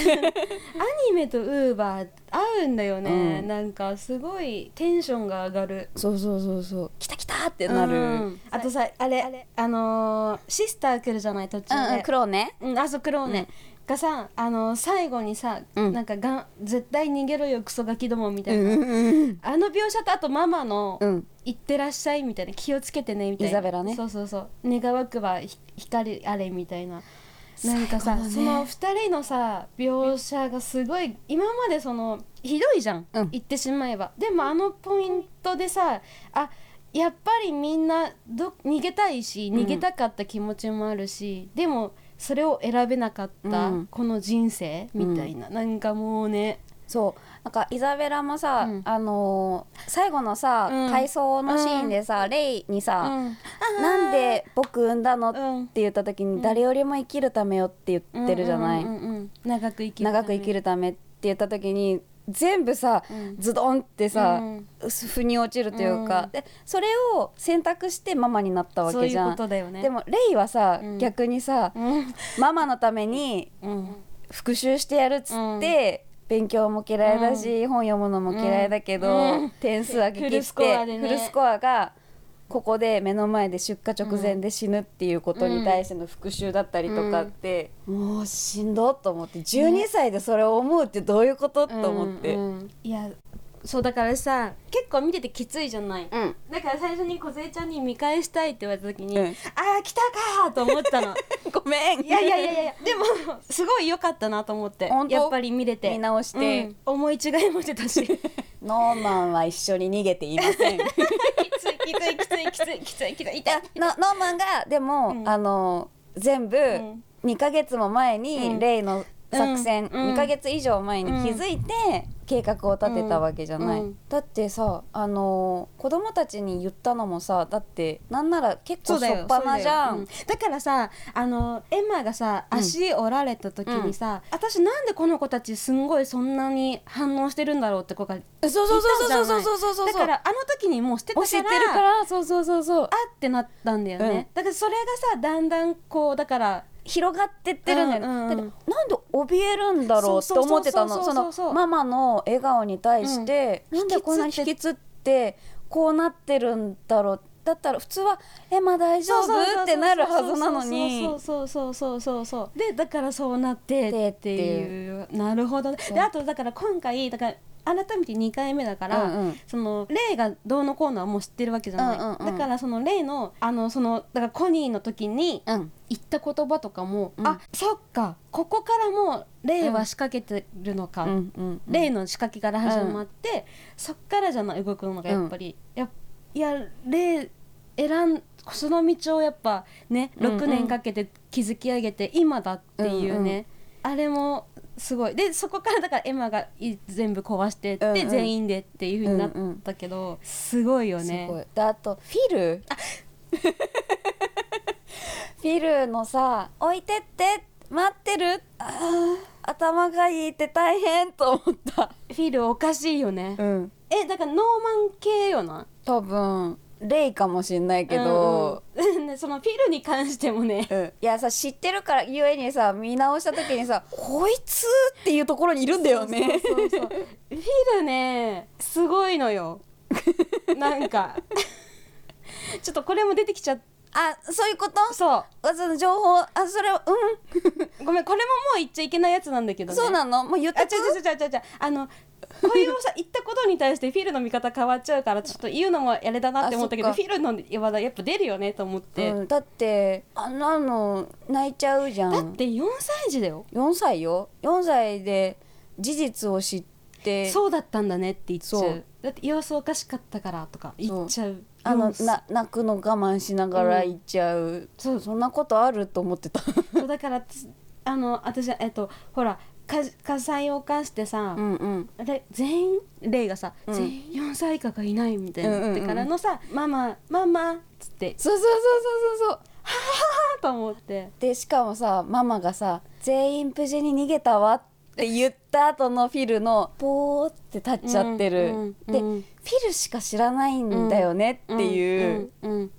Speaker 2: アニメとウーバー合うんだよね、
Speaker 3: うん
Speaker 2: なんかすごいテンションが上がる
Speaker 3: そうそうそうそう来た来たってなる、
Speaker 2: う
Speaker 3: うん
Speaker 2: んあとさあれあのーシスター来るじゃない途中で、
Speaker 3: うん、黒ね
Speaker 2: うん、あそうクローネ、がさあの最後にさ、
Speaker 3: うん
Speaker 2: なんかがん絶対逃げろよクソガキどもみた
Speaker 3: う
Speaker 2: い
Speaker 3: ん
Speaker 2: な、
Speaker 3: うん
Speaker 2: あの描写とあとママの
Speaker 3: うん
Speaker 2: 「行ってらっしゃい」みたいな「気をつけてね」みたいな
Speaker 3: イザベラね
Speaker 2: そうそうそう「願わくばひ光あれ」みたいな。なんかさ、
Speaker 3: 最後のね
Speaker 2: その2人のさ描写がすごい今までそのひどいじゃん、
Speaker 3: うん
Speaker 2: 言ってしまえばでもあのポイントでさあやっぱりみんなど逃げたいし逃げたかった気持ちもあるし、でもそれを選べなかった、
Speaker 3: うん
Speaker 2: この人生みたいな、なんかもうね
Speaker 3: そうなんかイザベラもさ、
Speaker 2: うん
Speaker 3: あのー最後のさ、
Speaker 2: うん
Speaker 3: 体操のシーンでさ、レイに
Speaker 2: う
Speaker 3: さ、
Speaker 2: ん
Speaker 3: なんで僕産んだの?」っ
Speaker 2: うん
Speaker 3: て言った時に、誰よりも生きるためよ」って言ってるじゃない、
Speaker 2: うんうんうんうん長く生きる
Speaker 3: 長く生きるためって言った時に全部さ、
Speaker 2: うん
Speaker 3: ズドンってさ、
Speaker 2: うん
Speaker 3: 腑に落ちるというか、
Speaker 2: うん
Speaker 3: でそれを選択してママになったわ
Speaker 2: そう
Speaker 3: け
Speaker 2: い
Speaker 3: じ
Speaker 2: う
Speaker 3: ゃ
Speaker 2: こ
Speaker 3: ん。
Speaker 2: とだよね
Speaker 3: でもレイはさ、
Speaker 2: うん
Speaker 3: 逆にさ、
Speaker 2: うん
Speaker 3: ママのために
Speaker 2: うん
Speaker 3: 復習してやるっつって、勉強も嫌いだし、本読むのも嫌いだけど、
Speaker 2: うん
Speaker 3: 点数上げ
Speaker 2: フル
Speaker 3: 切
Speaker 2: ス
Speaker 3: っ
Speaker 2: コ
Speaker 3: て
Speaker 2: アでね
Speaker 3: フルスコアがここで目の前で出荷直前で死ぬっていうことに対しての復習だったりとかって、もうしんどっと思って12歳でそれを思うってどういうこと、と思って。
Speaker 2: うんうんいやそうだからさ結構見ててきついじゃない、
Speaker 3: うん
Speaker 2: だから最初に梢ちゃんに見返したいって言われた時に、
Speaker 3: うん
Speaker 2: ああ来たかーと思った の
Speaker 3: ごめん
Speaker 2: いやいやいやいやでもすごい良かったなと思って
Speaker 3: 本当
Speaker 2: やっぱり見れて
Speaker 3: 見直して
Speaker 2: うん思い違いもしてた しきつい
Speaker 3: ノーマンは一緒に逃げていませんい
Speaker 2: きついきついきついきついきつい痛
Speaker 3: や
Speaker 2: い
Speaker 3: ノノーマンがでも、
Speaker 2: うん
Speaker 3: あの全部
Speaker 2: ん
Speaker 3: 2ヶ月も前に、
Speaker 2: うん
Speaker 3: レイの作戦、
Speaker 2: うん
Speaker 3: 2ヶ月以上前に気づいて、計画を立てたわけじゃない、
Speaker 2: うん
Speaker 3: だってさあの子供たちに言ったのもさだってなんなら結構しょっぱなじゃ
Speaker 2: そうだようん
Speaker 3: ん
Speaker 2: だからさあのエマがさ
Speaker 3: うん
Speaker 2: 足折られた時にさ、私なんでこの子たちすんごいそんなに反応してるんだろうって子が
Speaker 3: そうそうそうそうそうそうそうそう
Speaker 2: だからあの時にもうしてた
Speaker 3: も
Speaker 2: か
Speaker 3: う
Speaker 2: ら
Speaker 3: 知ってるからそうそうそうそう
Speaker 2: あってなったんだよね、
Speaker 3: うん
Speaker 2: だからそれがさだんだんこうだから
Speaker 3: 広がってってるんだよね、
Speaker 2: うんうんうん
Speaker 3: だってなんで怯えるんだろうって思ってた
Speaker 2: そうそ
Speaker 3: のそ
Speaker 2: そうそうそ
Speaker 3: う
Speaker 2: う
Speaker 3: の
Speaker 2: そう
Speaker 3: ママの笑顔に対して、
Speaker 2: うん
Speaker 3: なんでこんなに引きつってこうなってるんだろうだったら普通は「えまあ大丈夫?」ってなるはずなのに
Speaker 2: そうそうそうそうそうそうそうでだからそうなって
Speaker 3: で
Speaker 2: っていうなるほどねであとだから今回だから改めて2回目だから、
Speaker 3: うんうん
Speaker 2: そのレイがどうのこうのはもう知ってるわけじゃない、
Speaker 3: うんうんうん
Speaker 2: だからそのレイのあのそのだからコニーの時に
Speaker 3: うん
Speaker 2: 言った言葉とかも、
Speaker 3: うん
Speaker 2: あそっかここからもうレイは仕掛けてるのか、
Speaker 3: うんうんうん
Speaker 2: 例の仕掛けから始まって、そっからじゃない動くのがやっぱり、やっいや例選んその道をやっぱね
Speaker 3: うんうん
Speaker 2: 6年かけて築き上げて今だっていうね、あれもすごいでそこからだからエマがい全部壊してって、
Speaker 3: うんうん
Speaker 2: 全員でっていうふうになったけど、すごいよ
Speaker 3: す
Speaker 2: ね
Speaker 3: ごいであとフィルビルのさ「置いてって待ってるあー頭がいいって大変」と思った
Speaker 2: フィルおかしいよね、
Speaker 3: うん
Speaker 2: えだからノーマン系よな
Speaker 3: 多分レイかもしんないけど、
Speaker 2: うんうん ねそのフィルに関してもね
Speaker 3: うんいやさ知ってるからゆえにさ見直した時にさ「こいつ!」っていうところにいるんだよね
Speaker 2: そうそうフィルねすごいのよなんかちょっとこれも出てきちゃっ
Speaker 3: あそういうこと
Speaker 2: たそ
Speaker 3: あその情報あそれう
Speaker 2: うごめんこれももう言っちゃいけないやつなんだけど
Speaker 3: ん
Speaker 2: ね
Speaker 3: そうなのもう言っ
Speaker 2: あ違
Speaker 3: てく
Speaker 2: う違う違う違う違うあのこういうさ言ったことに対してフィルの見方変わっちゃうからちょっと言うのもあれだなって思ったけど
Speaker 3: あ
Speaker 2: フ
Speaker 3: そ
Speaker 2: ィルの話題やっぱ出るよねと思って、
Speaker 3: うんだってあんなの泣いちゃうじゃん
Speaker 2: だって4歳児だよ、
Speaker 3: 4歳よ4歳で事実を知って
Speaker 2: そうだったんだねって言っちゃう
Speaker 3: そう
Speaker 2: だって様子おかしかったからとか言っちゃう
Speaker 3: あの
Speaker 2: 四歳
Speaker 3: な泣くの我慢しながら行っちゃう、そうそんなことあると思ってた
Speaker 2: そうだからつあの私えっとほらか火災を犯してさ、
Speaker 3: んうん
Speaker 2: で全員レイがさ、
Speaker 3: うん
Speaker 2: 全員4歳以下がいないみたいな、
Speaker 3: うんうんうん
Speaker 2: だからのさ「ママママ」っつって
Speaker 3: そうそうそうそうそうそう
Speaker 2: 「パパ」思って
Speaker 3: でしかもさママがさ「全員無事に逃げたわ」って言った後のフィルのポーって立っちゃってる、
Speaker 2: うんうん
Speaker 3: で、
Speaker 2: うん
Speaker 3: フィルしか知らないんだよねっていう、
Speaker 2: うんうんうん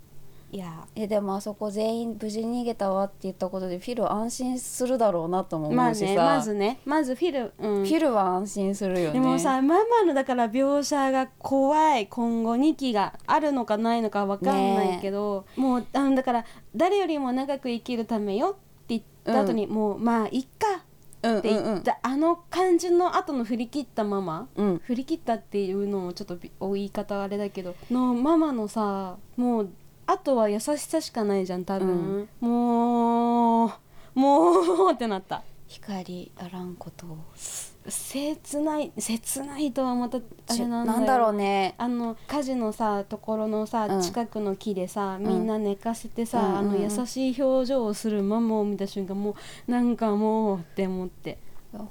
Speaker 2: いや
Speaker 3: えでもあそこ全員無事に逃げたわって言ったことでフィル安心するだろうなとも
Speaker 2: ま
Speaker 3: 思
Speaker 2: あ
Speaker 3: うしさ、
Speaker 2: ねまずねまずフィル、うん、
Speaker 3: フィルは安心するよ
Speaker 2: で
Speaker 3: ね
Speaker 2: もさママのだから描写が怖い今後2期があるのかないのかわかんないけど、もうあのだから誰よりも長く生きるためよって言った後に、もうまあいっか
Speaker 3: うんうん
Speaker 2: って言った、あの感じの後の振り切ったママ、
Speaker 3: うんうん
Speaker 2: 振り切ったっていうのもちょっとびお言い方あれだけどのママのさもうあとは優しさしかないじゃん多分、もうもうってなった
Speaker 3: 光あらんことを
Speaker 2: 切ない切ないとはまたあ
Speaker 3: ち
Speaker 2: れ
Speaker 3: ょ
Speaker 2: なんだ
Speaker 3: な
Speaker 2: よ
Speaker 3: んだろうね
Speaker 2: あの火事のさところのさ、
Speaker 3: うん
Speaker 2: 近くの木でさみんな寝かせてさ、
Speaker 3: うん
Speaker 2: あ
Speaker 3: うん
Speaker 2: の
Speaker 3: うん
Speaker 2: 優しい表情をするママを見た瞬間もうなんかもうって思って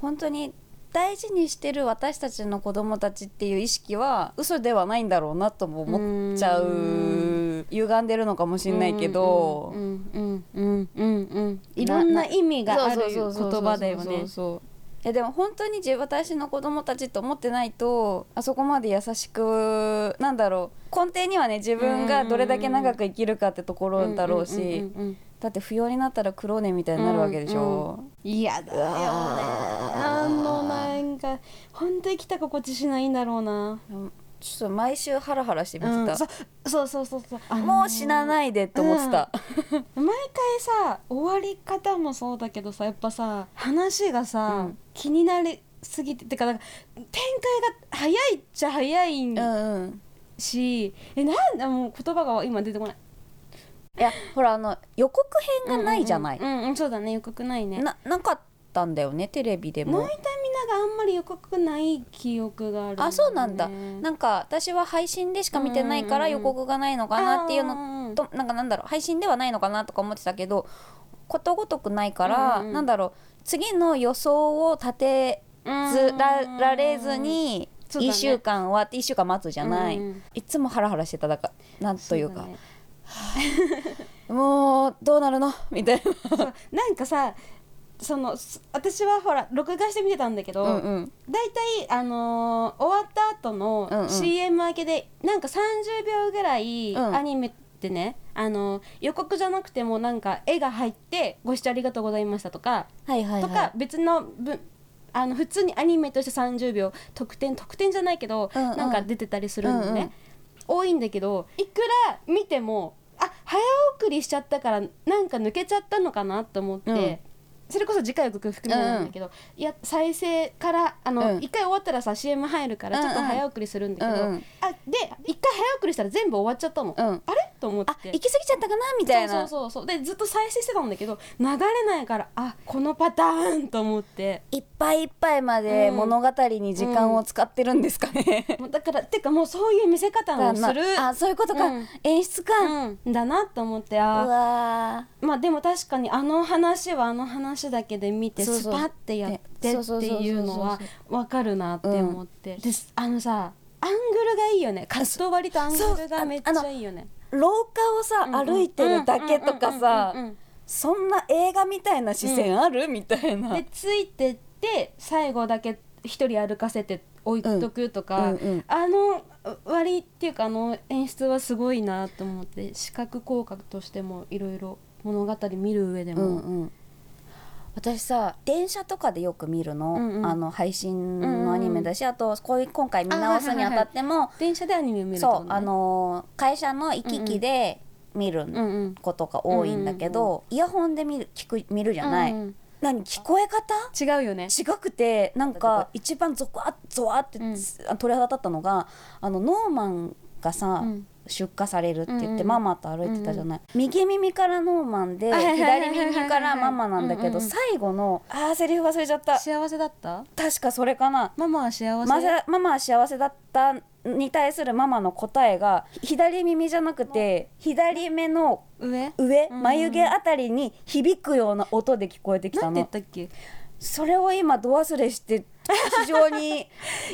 Speaker 3: 本当に大事にしてる私たちの子供たちっていう意識は嘘ではないんだろうなとも思っちゃ
Speaker 2: う
Speaker 3: う歪んでるのかもしれないけど、
Speaker 2: うんうんうんうんうんうんいろんな意味がある言葉だよ
Speaker 3: そうそうそ
Speaker 2: ね
Speaker 3: うそういやでも本当に自私の子供たちと思ってないとあそこまで優しくなんだろう根底にはね自分がどれだけ長く生きるかってところだろうし、
Speaker 2: んんうんうん
Speaker 3: だって不要になったらクローネみたいになるわけでしょ、
Speaker 2: 嫌だよねあのなんか本当に来た心地しないんだろうな、
Speaker 3: ちょっと毎週ハラハラして見
Speaker 2: う
Speaker 3: て
Speaker 2: ん、
Speaker 3: た
Speaker 2: そ、そうそうそうそうあのー
Speaker 3: もう死なないでって思ってた、
Speaker 2: 毎回さ終わり方もそうだけどさやっぱさ話がさ、
Speaker 3: うん
Speaker 2: 気になりすぎててかなんか展開が早いっちゃ早いん
Speaker 3: うんうん
Speaker 2: し、えなんだもう言葉が今出てこない
Speaker 3: いやほらあの予告編がないじゃない、
Speaker 2: うんうんうんうんそうだね予告ないね
Speaker 3: ななかったんだよねテレビで
Speaker 2: ノイ
Speaker 3: も
Speaker 2: タミナがあんまり予告ない記憶がある、
Speaker 3: あそうなんだ
Speaker 2: な
Speaker 3: なんか私は配信でしか見てないか
Speaker 2: う
Speaker 3: ら
Speaker 2: んうんう
Speaker 3: 予
Speaker 2: ん
Speaker 3: 告がないのかなっていうの
Speaker 2: の
Speaker 3: となんかなんだろう配信ではないのかなとか思ってたけどことごとくないから、
Speaker 2: うんうん
Speaker 3: なんだろう次の予想を立てずらられずに
Speaker 2: そうだね
Speaker 3: 1週間終わって1週間待つじゃない、
Speaker 2: うんうん
Speaker 3: いつもハラハラしてただからなんという
Speaker 2: そ
Speaker 3: か
Speaker 2: だね
Speaker 3: もうどうなるのみたい
Speaker 2: そうなんかさそのす私はほら録画して見てたんだけど、
Speaker 3: な、うんうん、
Speaker 2: 大体、あのー終わった後
Speaker 3: うんう
Speaker 2: の
Speaker 3: ん
Speaker 2: CM 明けで、なんか30秒ぐらい
Speaker 3: うん
Speaker 2: アニメってね、あのー予告じゃなくてもなんか絵が入って「ご視聴ありがとうございました」とか、
Speaker 3: はいはいはい
Speaker 2: とか別のぶあの普通にアニメとして30秒特典特典じゃないけど、
Speaker 3: うんうん
Speaker 2: なんか出てたりするのね、
Speaker 3: うんうん
Speaker 2: 多いんだけどいくら見てもあ早送りしちゃったからなんか抜けちゃったのかなと思って、
Speaker 3: うん
Speaker 2: それこそ次回予告含めなんだけど、いや再生からあの、
Speaker 3: うん
Speaker 2: 一回終わったらさ CM 入るからちょっと早送りするんだけど、
Speaker 3: うんうん
Speaker 2: あで一回早送りしたら全部終わっちゃったの、
Speaker 3: うん
Speaker 2: あれと思って
Speaker 3: あ行き過ぎちゃったかなみたいな
Speaker 2: そうそうそうそうでずっと再生してたんだけど流れないからあこのパターンと思って
Speaker 3: いっぱいいっぱいまで
Speaker 2: うん
Speaker 3: 物語に時間を使ってるんですかね、
Speaker 2: もうだからてかもうそういう見せ方をする
Speaker 3: な あそういうことか、
Speaker 2: うん
Speaker 3: 演出か、う
Speaker 2: うん、だなと思ってあ
Speaker 3: わ
Speaker 2: まあでも確かにあの話はあの話だけで見て
Speaker 3: そう
Speaker 2: ス
Speaker 3: そう
Speaker 2: パッてやって
Speaker 3: ね
Speaker 2: っ
Speaker 3: そうそう
Speaker 2: て
Speaker 3: そうそう
Speaker 2: いうのはわかるなって思って、ですあのさアングルがいいよねカット割りとアングルがめっちゃいいよね
Speaker 3: ー廊下をさ、
Speaker 2: うんうん
Speaker 3: 歩いてるだけとかさ
Speaker 2: うんうんうんうん
Speaker 3: そんな映画みたいな視線ある、みたいな
Speaker 2: でついてって最後だけ一人歩かせて置いとくとか、
Speaker 3: うんうん
Speaker 2: あの割っていうかあの演出はすごいなと思って視覚効果としてもいろいろ物語見る上で
Speaker 3: う
Speaker 2: も、
Speaker 3: んうん私さ電車とかでよく見るの,、
Speaker 2: うんうん
Speaker 3: あの配信のアニメだし、あとこういう今回見直すにあたっても、
Speaker 2: 電車でアニメ見るってこ
Speaker 3: そ
Speaker 2: と
Speaker 3: う
Speaker 2: ね
Speaker 3: あのー会社の行き来で見る
Speaker 2: うんうん
Speaker 3: ことが多いんだけど、イヤホンで見る聞く見るじゃない、
Speaker 2: うんうん
Speaker 3: 何聞こえ方
Speaker 2: 違うよね
Speaker 3: 違くてなんか一番ゾワッゾワって
Speaker 2: うん
Speaker 3: つ鳥肌立ったのがあのノーマンがさ、
Speaker 2: うん
Speaker 3: 出荷されるって言って、
Speaker 2: うんうん
Speaker 3: ママと歩いてたじゃない、右耳からノーマンで
Speaker 2: はいはいはい
Speaker 3: 左耳からママなんだけ
Speaker 2: うんうんう
Speaker 3: ど
Speaker 2: ん
Speaker 3: 最後のあーセリフ忘れちゃった
Speaker 2: 幸せだった
Speaker 3: 確かそれかな
Speaker 2: ママは幸せ
Speaker 3: まさママは幸せだったに対するママの答えが左耳じゃなくて左目の
Speaker 2: 上
Speaker 3: 上
Speaker 2: うん
Speaker 3: 眉毛あたりに響くような音で聞こえてき
Speaker 2: な
Speaker 3: た
Speaker 2: んて言
Speaker 3: の
Speaker 2: ったっけ
Speaker 3: それを今ど忘れ して非常に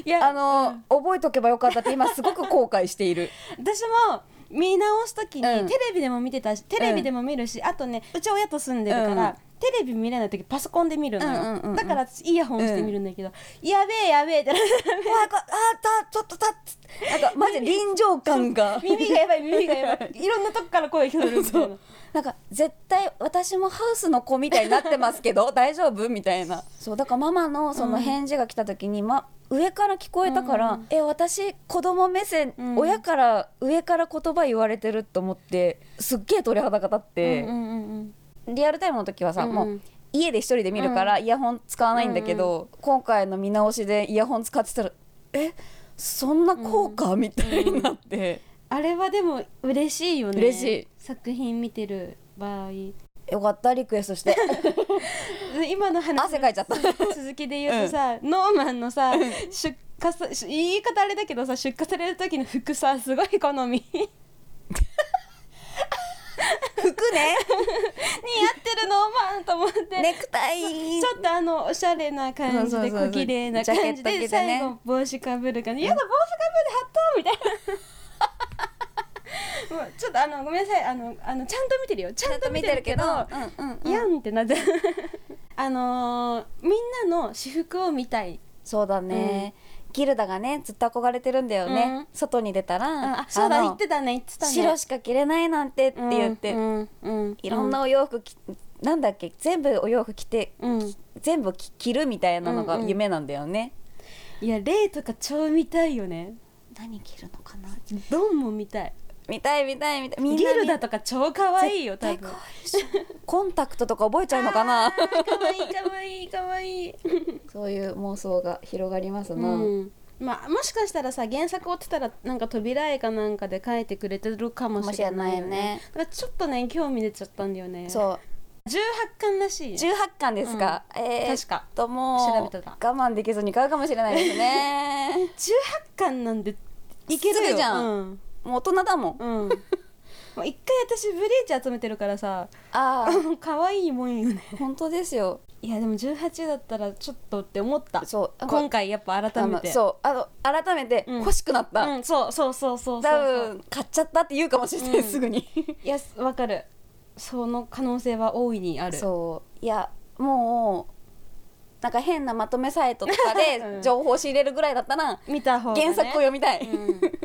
Speaker 2: いや
Speaker 3: あの、覚えとけばよかったって今すごく後悔してい る
Speaker 2: 私も見直す時に、
Speaker 3: うん
Speaker 2: テレビでも見てたしテレビでも見るし、あとねうち親と住んでるから、
Speaker 3: うん
Speaker 2: テレビ見れない時パソコンで見るのよ、
Speaker 3: うんうんうんうん
Speaker 2: だからイヤホンして見るんだけど、やべえやべえってなって
Speaker 3: 怖い怖いあたちょっとたっつってなんかマジ臨場感が
Speaker 2: 耳がやばい耳がやばいいろんなとこから声聞こえるみたいな
Speaker 3: なんか絶対私もハウスの子みたいになってますけ ど大丈夫みたいなそうだからママのその返事が来た時に、ま、上から聞こえたから、え私子供目線、
Speaker 2: うん
Speaker 3: 親から上から言葉言われてると思ってすっげえ鳥肌が立って、
Speaker 2: うんうんうん
Speaker 3: リアルタイムの時はさ、
Speaker 2: うんうん
Speaker 3: もう家で一人で見るからイヤホン使わないんだけど、今回の見直しでイヤホン使ってたらえそんな効果、みたいになって、
Speaker 2: あれはでも嬉しいよね
Speaker 3: 嬉しい
Speaker 2: 作品見てる場合
Speaker 3: よかったリクエストして
Speaker 2: 今の話
Speaker 3: 汗かい ちゃった
Speaker 2: 続きで言うとさ、ノーマンのさ出荷さし言い方あれだけどさ出荷される時の服さすごい好み似合っ
Speaker 3: 服ね
Speaker 2: てるノーマンと思って、
Speaker 3: ネクタイ
Speaker 2: ちょっとあのおしゃれな感じ
Speaker 3: そうそう
Speaker 2: で
Speaker 3: そうそう
Speaker 2: 小綺麗な感じ
Speaker 3: ジャケット着て
Speaker 2: で
Speaker 3: ね
Speaker 2: 最後帽子かぶる感じ「やだ帽子かぶるハット!」みたいなもうちょっとあのごめんなさいあのあのちゃんと見てるよちゃんと見てるけど
Speaker 3: うんうんうん
Speaker 2: いやんってなってあのーみんなの私服を見たい
Speaker 3: そうだね、ギルダがねずっと憧れてるんだよね、
Speaker 2: うん
Speaker 3: 外に出たら
Speaker 2: あそうだ
Speaker 3: の
Speaker 2: 言ってたね言ってたね
Speaker 3: 白しか着れないなんてって言って、
Speaker 2: うんうんうん
Speaker 3: いろんなお洋服着なんだっけ全部お洋服着て
Speaker 2: うん、うん
Speaker 3: 全部着着るみたいなのが夢なんだよね、
Speaker 2: いやレイとか超見たいよね
Speaker 3: 何着るのかな
Speaker 2: ドンも見たい
Speaker 3: 見たい見たい見たいみん
Speaker 2: ギ
Speaker 3: な見
Speaker 2: ルダとか超可愛いよ多
Speaker 3: 絶
Speaker 2: 分
Speaker 3: 対可愛いしコンタクトとか覚えちゃうの かな
Speaker 2: あー可愛い可愛い可愛い
Speaker 3: そういう妄想が広がります
Speaker 2: う
Speaker 3: な、
Speaker 2: んまあもしかしたらさ原作追ってたらなんか扉絵かなんかで描いてくれてるかもしれないよ
Speaker 3: かもしれないね
Speaker 2: だからちょっとね興味出ちゃったんだよねう
Speaker 3: そう
Speaker 2: 18巻らしい
Speaker 3: 18巻ですか、えー、
Speaker 2: 確か
Speaker 3: ちょっともう
Speaker 2: 調べてた
Speaker 3: 我慢できずに買うかもしれないですね
Speaker 2: 18巻なんで い
Speaker 3: いけ
Speaker 2: け
Speaker 3: るよ
Speaker 2: るようん
Speaker 3: もう大人だもん、
Speaker 2: うんもう一回私ブリーチ集めてるからさ
Speaker 3: ああ
Speaker 2: うん可愛いもんよね
Speaker 3: 本当ですよ
Speaker 2: いやでも18だったらちょっとって思った
Speaker 3: そうなんか
Speaker 2: 今回やっぱ
Speaker 3: あ
Speaker 2: 改め
Speaker 3: の
Speaker 2: てう、
Speaker 3: そうあの改めて
Speaker 2: うん
Speaker 3: 欲しくなった、
Speaker 2: ん、そうそうそうそうそう
Speaker 3: 多分買っちゃったって言うかもしれない、
Speaker 2: うん
Speaker 3: すぐに
Speaker 2: いやわかるその可能性は大いにある
Speaker 3: そういやもうなんか変なまとめサイトとか
Speaker 2: う
Speaker 3: で
Speaker 2: ん
Speaker 3: 情報仕入れるぐらいだったら
Speaker 2: 見た方が、ね、
Speaker 3: 原作を読みたい、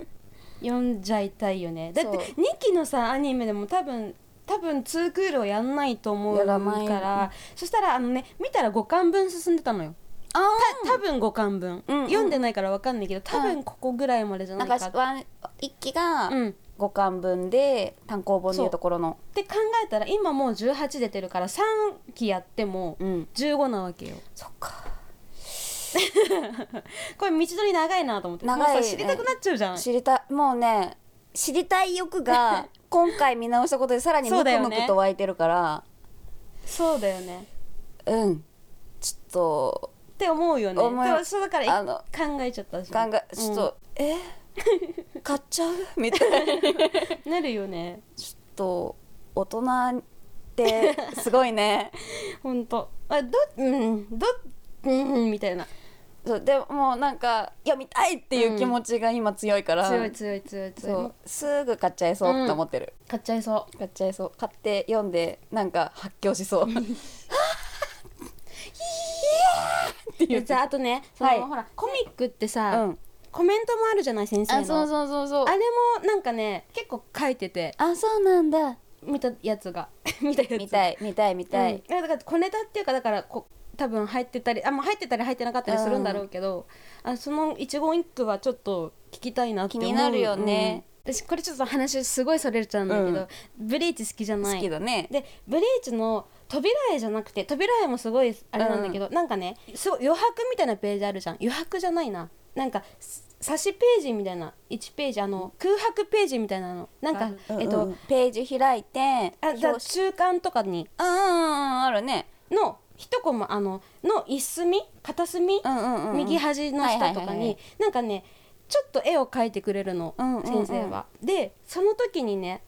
Speaker 2: 読んじゃいたいよねだって
Speaker 3: そう
Speaker 2: 2期のさアニメでも多分多分2クールをやんないと思う
Speaker 3: や
Speaker 2: から
Speaker 3: ない
Speaker 2: そしたらあのね見たら5巻分進んでたのよ
Speaker 3: あ
Speaker 2: た多分5巻分、
Speaker 3: うんうん
Speaker 2: 読んでないからわかんないけど多分ここぐらいまでじゃ
Speaker 3: ー
Speaker 2: な
Speaker 3: ないん
Speaker 2: か
Speaker 3: か
Speaker 2: って
Speaker 3: ワン一期が
Speaker 2: うん
Speaker 3: 5巻分で単行本でいうところの
Speaker 2: って考えたら今もう18出てるから3期やっても
Speaker 3: うん
Speaker 2: 15なわけよ
Speaker 3: そっか
Speaker 2: これ道のり長いなと思って
Speaker 3: 長い
Speaker 2: もうさ知りたくなっちゃうじゃん
Speaker 3: 知りたいもうね知りたい欲 が今回見直したことでさらに
Speaker 2: そ
Speaker 3: ム
Speaker 2: うだ
Speaker 3: ク
Speaker 2: よね
Speaker 3: ムクと湧いてるから
Speaker 2: そうだよね
Speaker 3: う,、んちょ
Speaker 2: って思うよね
Speaker 3: 思う
Speaker 2: だそうだか
Speaker 3: っとあ
Speaker 2: ら
Speaker 3: の
Speaker 2: 考えちゃったし
Speaker 3: 考えちょっと、え 買っちゃうみたいなちょっ
Speaker 2: うんなるよね
Speaker 3: と大人って すごいね
Speaker 2: ほんとあどうんどうんみたいな
Speaker 3: そうでもなんか読みたいっていう気持ちが今強いから、
Speaker 2: 強い強い強い
Speaker 3: そ
Speaker 2: 強いう
Speaker 3: すぐ買っちゃいそうって思ってる、
Speaker 2: 買っちゃいそう
Speaker 3: 買っちゃいそう買って読んでなんか発狂 しそう
Speaker 2: でさあとねそ
Speaker 3: はい
Speaker 2: のほらコミックってさ、
Speaker 3: うん
Speaker 2: コメントもあるじゃない先生の
Speaker 3: あそうそうそうそう
Speaker 2: あれもなんかね結構書いてて
Speaker 3: あそうなんだ
Speaker 2: 見たやつが 見たやつ
Speaker 3: 見たい見たい見たい、
Speaker 2: うんいやだから小ネタっていうかだからこ多分入ってたりあもう入ってたり入ってなかったりするんだろうけど、あその一言一句はちょっと聞きたいなって思う
Speaker 3: 気になるよね、
Speaker 2: うん私これちょっと話すごいそれちゃうんだけど、ブリーチ好きじゃない
Speaker 3: 好きだね
Speaker 2: でブリーチの扉絵じゃなくて扉絵もすごいあれなんだけど、なんかねすごい余白みたいなページあるじゃん余白じゃないななんかす差しページみたいな1ページあの空白ページみたいなのなんか、えっと、
Speaker 3: うんページ開いて
Speaker 2: あだ
Speaker 3: 表
Speaker 2: 中間とかに
Speaker 3: 紙うんうんうんあるね
Speaker 2: の一コマあのの一隅片隅、
Speaker 3: うんうんうん
Speaker 2: 右端の下とかに、
Speaker 3: はいはいはいはい
Speaker 2: なんかねちょっと絵を描いてくれるの、
Speaker 3: うんうんうん
Speaker 2: 先生は。でその時にね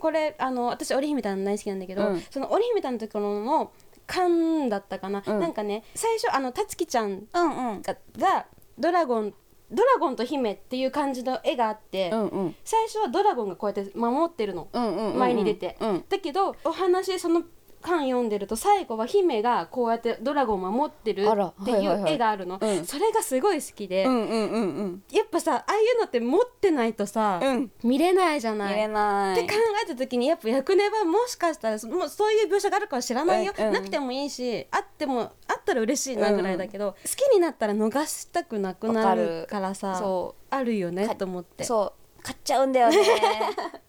Speaker 2: これあの私織姫たん大好きなんだけど、
Speaker 3: うん
Speaker 2: その織姫たんのところの缶だったかな、
Speaker 3: うん
Speaker 2: なんかね最初あのたつきちゃん
Speaker 3: うんうん
Speaker 2: ががドラゴンドラゴンと姫っていう感じの絵があって、
Speaker 3: うんうん
Speaker 2: 最初はドラゴンがこうやって守ってるの。
Speaker 3: うんうんうん
Speaker 2: 前に出て、
Speaker 3: うん
Speaker 2: だけどお話その巻読んでると最後は姫がこうやってドラゴンを守ってる
Speaker 3: あら
Speaker 2: ってい
Speaker 3: はいはいうはい
Speaker 2: 絵があるの、
Speaker 3: うん
Speaker 2: それがすごい好きで、
Speaker 3: うんうんうんうん
Speaker 2: やっぱさああいうのって持ってないとさ、
Speaker 3: うん
Speaker 2: 見れないじゃない。
Speaker 3: 見れな
Speaker 2: って
Speaker 3: い
Speaker 2: 考えた時にやっぱ役ねばもしかしたらそもうそういう描写があるかは知らないよ、
Speaker 3: うんうん
Speaker 2: なくてもいいしあってもあったら嬉しいなぐらいだけど、好きになったら逃したくなくな
Speaker 3: わかる
Speaker 2: るからさ
Speaker 3: そ
Speaker 2: あるよねと思って
Speaker 3: そう買っちゃうんだ よね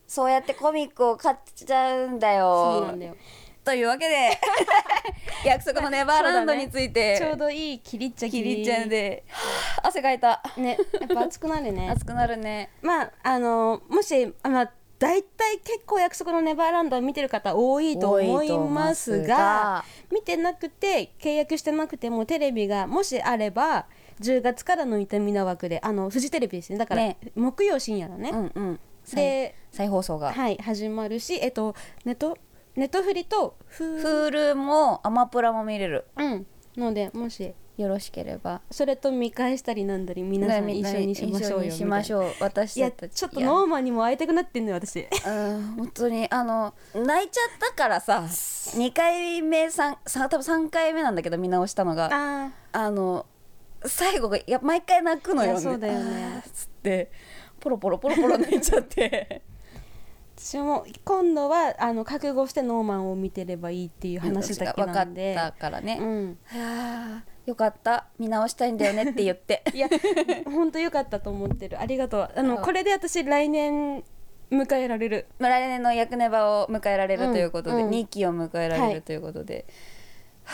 Speaker 3: そうやってコミックを買っちゃうんだよ
Speaker 2: そうなんだよ
Speaker 3: というわけ で約束のネバーランドについて、
Speaker 2: ちょうどいい切りっちゃ
Speaker 3: キリちゃんで汗かいた
Speaker 2: ね、やっぱ熱くなるね。
Speaker 3: 熱くなるね
Speaker 2: まあ、あのもし、あまあ、大体結構約束のネバーランドを見てる方多いと思いますが、見てなくて、契約してなくてもテレビがもしあれば、10月からの痛みな枠で、あの、フジテレビですね。だから、
Speaker 3: ね
Speaker 2: 木曜深夜だね。
Speaker 3: うんうん
Speaker 2: で、
Speaker 3: 再放送が、
Speaker 2: はい、始まるし、えっと、ネット、ネットフリと、
Speaker 3: フ
Speaker 2: ふ
Speaker 3: ールもアマプラも見れる
Speaker 2: うん、ので、もし、
Speaker 3: よろしければ
Speaker 2: それと見返したりなんだり、皆さん
Speaker 3: ね
Speaker 2: 一緒にしましょうよ。
Speaker 3: 一緒にしまし
Speaker 2: う。
Speaker 3: ょう私
Speaker 2: いや、
Speaker 3: たち
Speaker 2: ちょっと
Speaker 3: いや
Speaker 2: ノーマンにも会いたくなってんのよ、私。
Speaker 3: うん本当にあの泣いちゃったからさ2回目三三多分3回目なんだけど見直したのが あ
Speaker 2: あ
Speaker 3: の最後がいや毎回泣くの
Speaker 2: い
Speaker 3: よね
Speaker 2: やそうだよね
Speaker 3: あーつってポロポロポロポロ泣いちゃって
Speaker 2: 私も今度はあの覚悟してノーマンを見てればいいっていう話だけなんで
Speaker 3: 分かったからね、
Speaker 2: うん、
Speaker 3: はあよかった見直したいんだよねって言って
Speaker 2: いや本当良かったと思ってるありがとうあの
Speaker 3: あ
Speaker 2: これで私来年迎えられる
Speaker 3: まあ来年の役ネバを迎えられるということで、
Speaker 2: うんうん
Speaker 3: 2期を迎えられ
Speaker 2: は
Speaker 3: る
Speaker 2: い
Speaker 3: ということで、は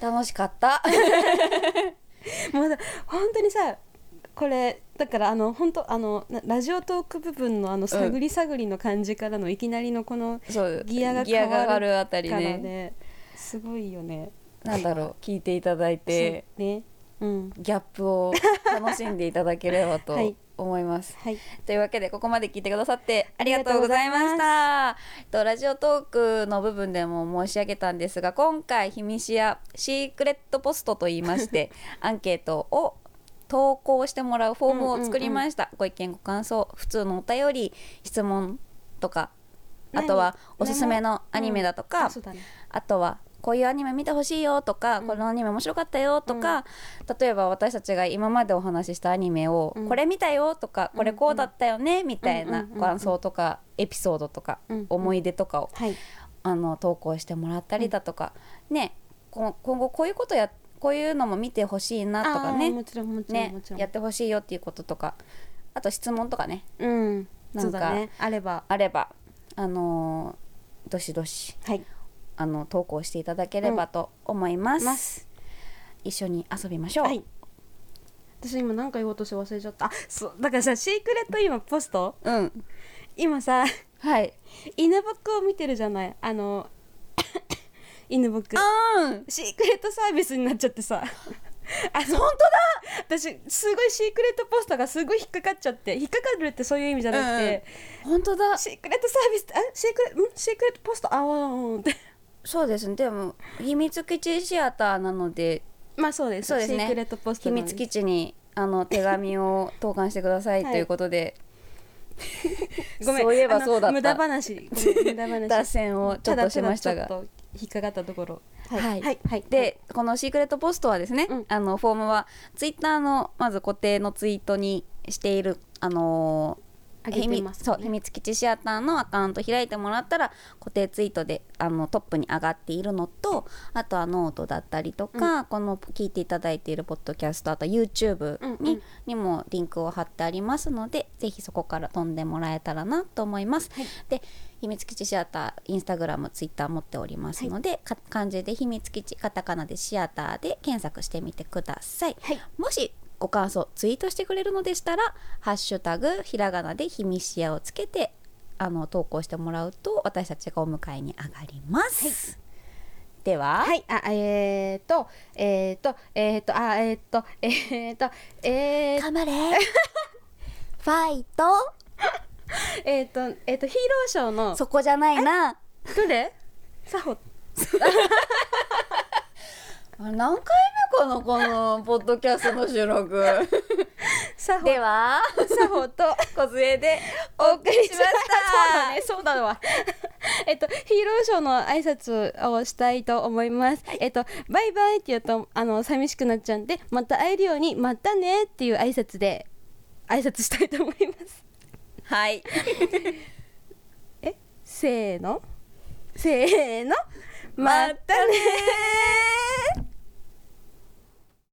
Speaker 3: あ楽しかった。
Speaker 2: もうだ本当にさこれだからあの本当あのなラジオトーク部分のあの探り探りの感じからのいきなりのこの
Speaker 3: そう
Speaker 2: ギアが
Speaker 3: ギア
Speaker 2: 変
Speaker 3: が上
Speaker 2: わ
Speaker 3: がる
Speaker 2: る
Speaker 3: あたり
Speaker 2: から
Speaker 3: ね
Speaker 2: ねすごいよね
Speaker 3: なんだろう 聞いていただいて
Speaker 2: そうねうん
Speaker 3: ギャップを楽しんでいただけれ ばと
Speaker 2: はい
Speaker 3: 思います。
Speaker 2: はい
Speaker 3: というわけでここまで聞いてくださってあ
Speaker 2: あ
Speaker 3: り
Speaker 2: り
Speaker 3: が
Speaker 2: が
Speaker 3: と
Speaker 2: と
Speaker 3: う
Speaker 2: う
Speaker 3: ご
Speaker 2: ご
Speaker 3: ざ
Speaker 2: ざ
Speaker 3: い
Speaker 2: い
Speaker 3: ま
Speaker 2: ま
Speaker 3: したえっとラジオトークの部分でも申し上げたんですが今回ひみしやシークレットポストと言いまして アンケートを投稿してもらうフォームを作りました、ご意見ご感想普通のお便り質問とかあとはおすすめのアニメだとか、
Speaker 2: そうだね
Speaker 3: あとはこういうアニメ見てほしいよとか、このアニメ面白かったよとか、例えば私たちが今までお話ししたアニメを、
Speaker 2: うん
Speaker 3: これ見たよとか、これこうだったよねみたい
Speaker 2: う
Speaker 3: な
Speaker 2: んうんうん
Speaker 3: 感想とか、エピソードとか、
Speaker 2: うんうん
Speaker 3: 思い出とかを
Speaker 2: はい
Speaker 3: あの投稿してもらったりだとか、ねこ今後こういうことやこういうのも見てほしいなとか
Speaker 2: あ
Speaker 3: ね
Speaker 2: ーもちろんもちろん
Speaker 3: ね
Speaker 2: もちろん、
Speaker 3: やってほしいよっていうこととかあと質問とかね
Speaker 2: うん
Speaker 3: なんか
Speaker 2: そうだねあれば
Speaker 3: あればあのーどしどし
Speaker 2: はい
Speaker 3: あの投稿していただければと思います。一緒に遊びましょう。
Speaker 2: はい私今何か言おうとして忘れちゃったあそうだからさシークレット今ポスト
Speaker 3: うん。
Speaker 2: 今さ
Speaker 3: はい。
Speaker 2: 犬ボックを見てるじゃないあの 犬ボック
Speaker 3: うん。
Speaker 2: シークレットサービスになっちゃってさあの本当だ私すごいシークレットポストがすごい引っかかっちゃって引っかかるってそういう意味じゃなくて、
Speaker 3: 本当だ。
Speaker 2: シークレットサービスってあシークレんシークレットポストあわーんって
Speaker 3: そうですね。でも秘密基地シアターなので
Speaker 2: まあそうです
Speaker 3: そうですね
Speaker 2: シークレットポスト
Speaker 3: 秘密基地にあの手紙を投函してください
Speaker 2: はい
Speaker 3: ということで、
Speaker 2: 地ごめん
Speaker 3: そういえばそうだった
Speaker 2: あの無駄 話ごめん無駄話
Speaker 3: 脱線をちょっとしましたが
Speaker 2: だだちょっと引っかかったところ
Speaker 3: はい
Speaker 2: はい、はい、
Speaker 3: でこのシークレットポストはですね、
Speaker 2: うん
Speaker 3: あのフォームはツイッターのまず固定のツイートにしているあのー
Speaker 2: あげてますね
Speaker 3: 秘密そう秘密基地シアターのアカウント開いてもらったら固定ツイートであのトップに上がっているのとあとはノートだったりとか、この聞いていただいているポッドキャストあと YouTube に,、
Speaker 2: うんうん
Speaker 3: にもリンクを貼ってありますのでぜひそこから飛んでもらえたらなと思います。で秘密基地シアターインスタグラムツイッター持っておりますので、か漢字で秘密基地カタカナでシアターで検索してみてください、
Speaker 2: はい
Speaker 3: もしご感想ツイートしてくれるのでしたら「ハッシュタグひらがなで秘密シア」をつけてあの投稿してもらうと私たちがお迎えに上がります、では、
Speaker 2: はい、あ、えー、っと、えー、っと、えー、っと、あ、えー、っと、えー、っと、えー、っと、
Speaker 3: 頑張れファイト
Speaker 2: えー、っと、えー、っと、ヒーローショーの、
Speaker 3: そこじゃないな
Speaker 2: どれサホ、
Speaker 3: 何回目かなこのポッドキャストの収録
Speaker 2: サホ、
Speaker 3: で は
Speaker 2: サホと、
Speaker 3: 梢で
Speaker 2: お
Speaker 3: 送りしま し
Speaker 2: そ
Speaker 3: た
Speaker 2: うだね、そうだわ。 えっと、ヒーローショーの挨拶をしたいと思います。えっと、バイバイって言うと、あの、寂しくなっちゃうんで、また会えるように、またねっていう挨拶で、挨拶したいと思います。
Speaker 3: はい。
Speaker 2: せーの。せーの。またねー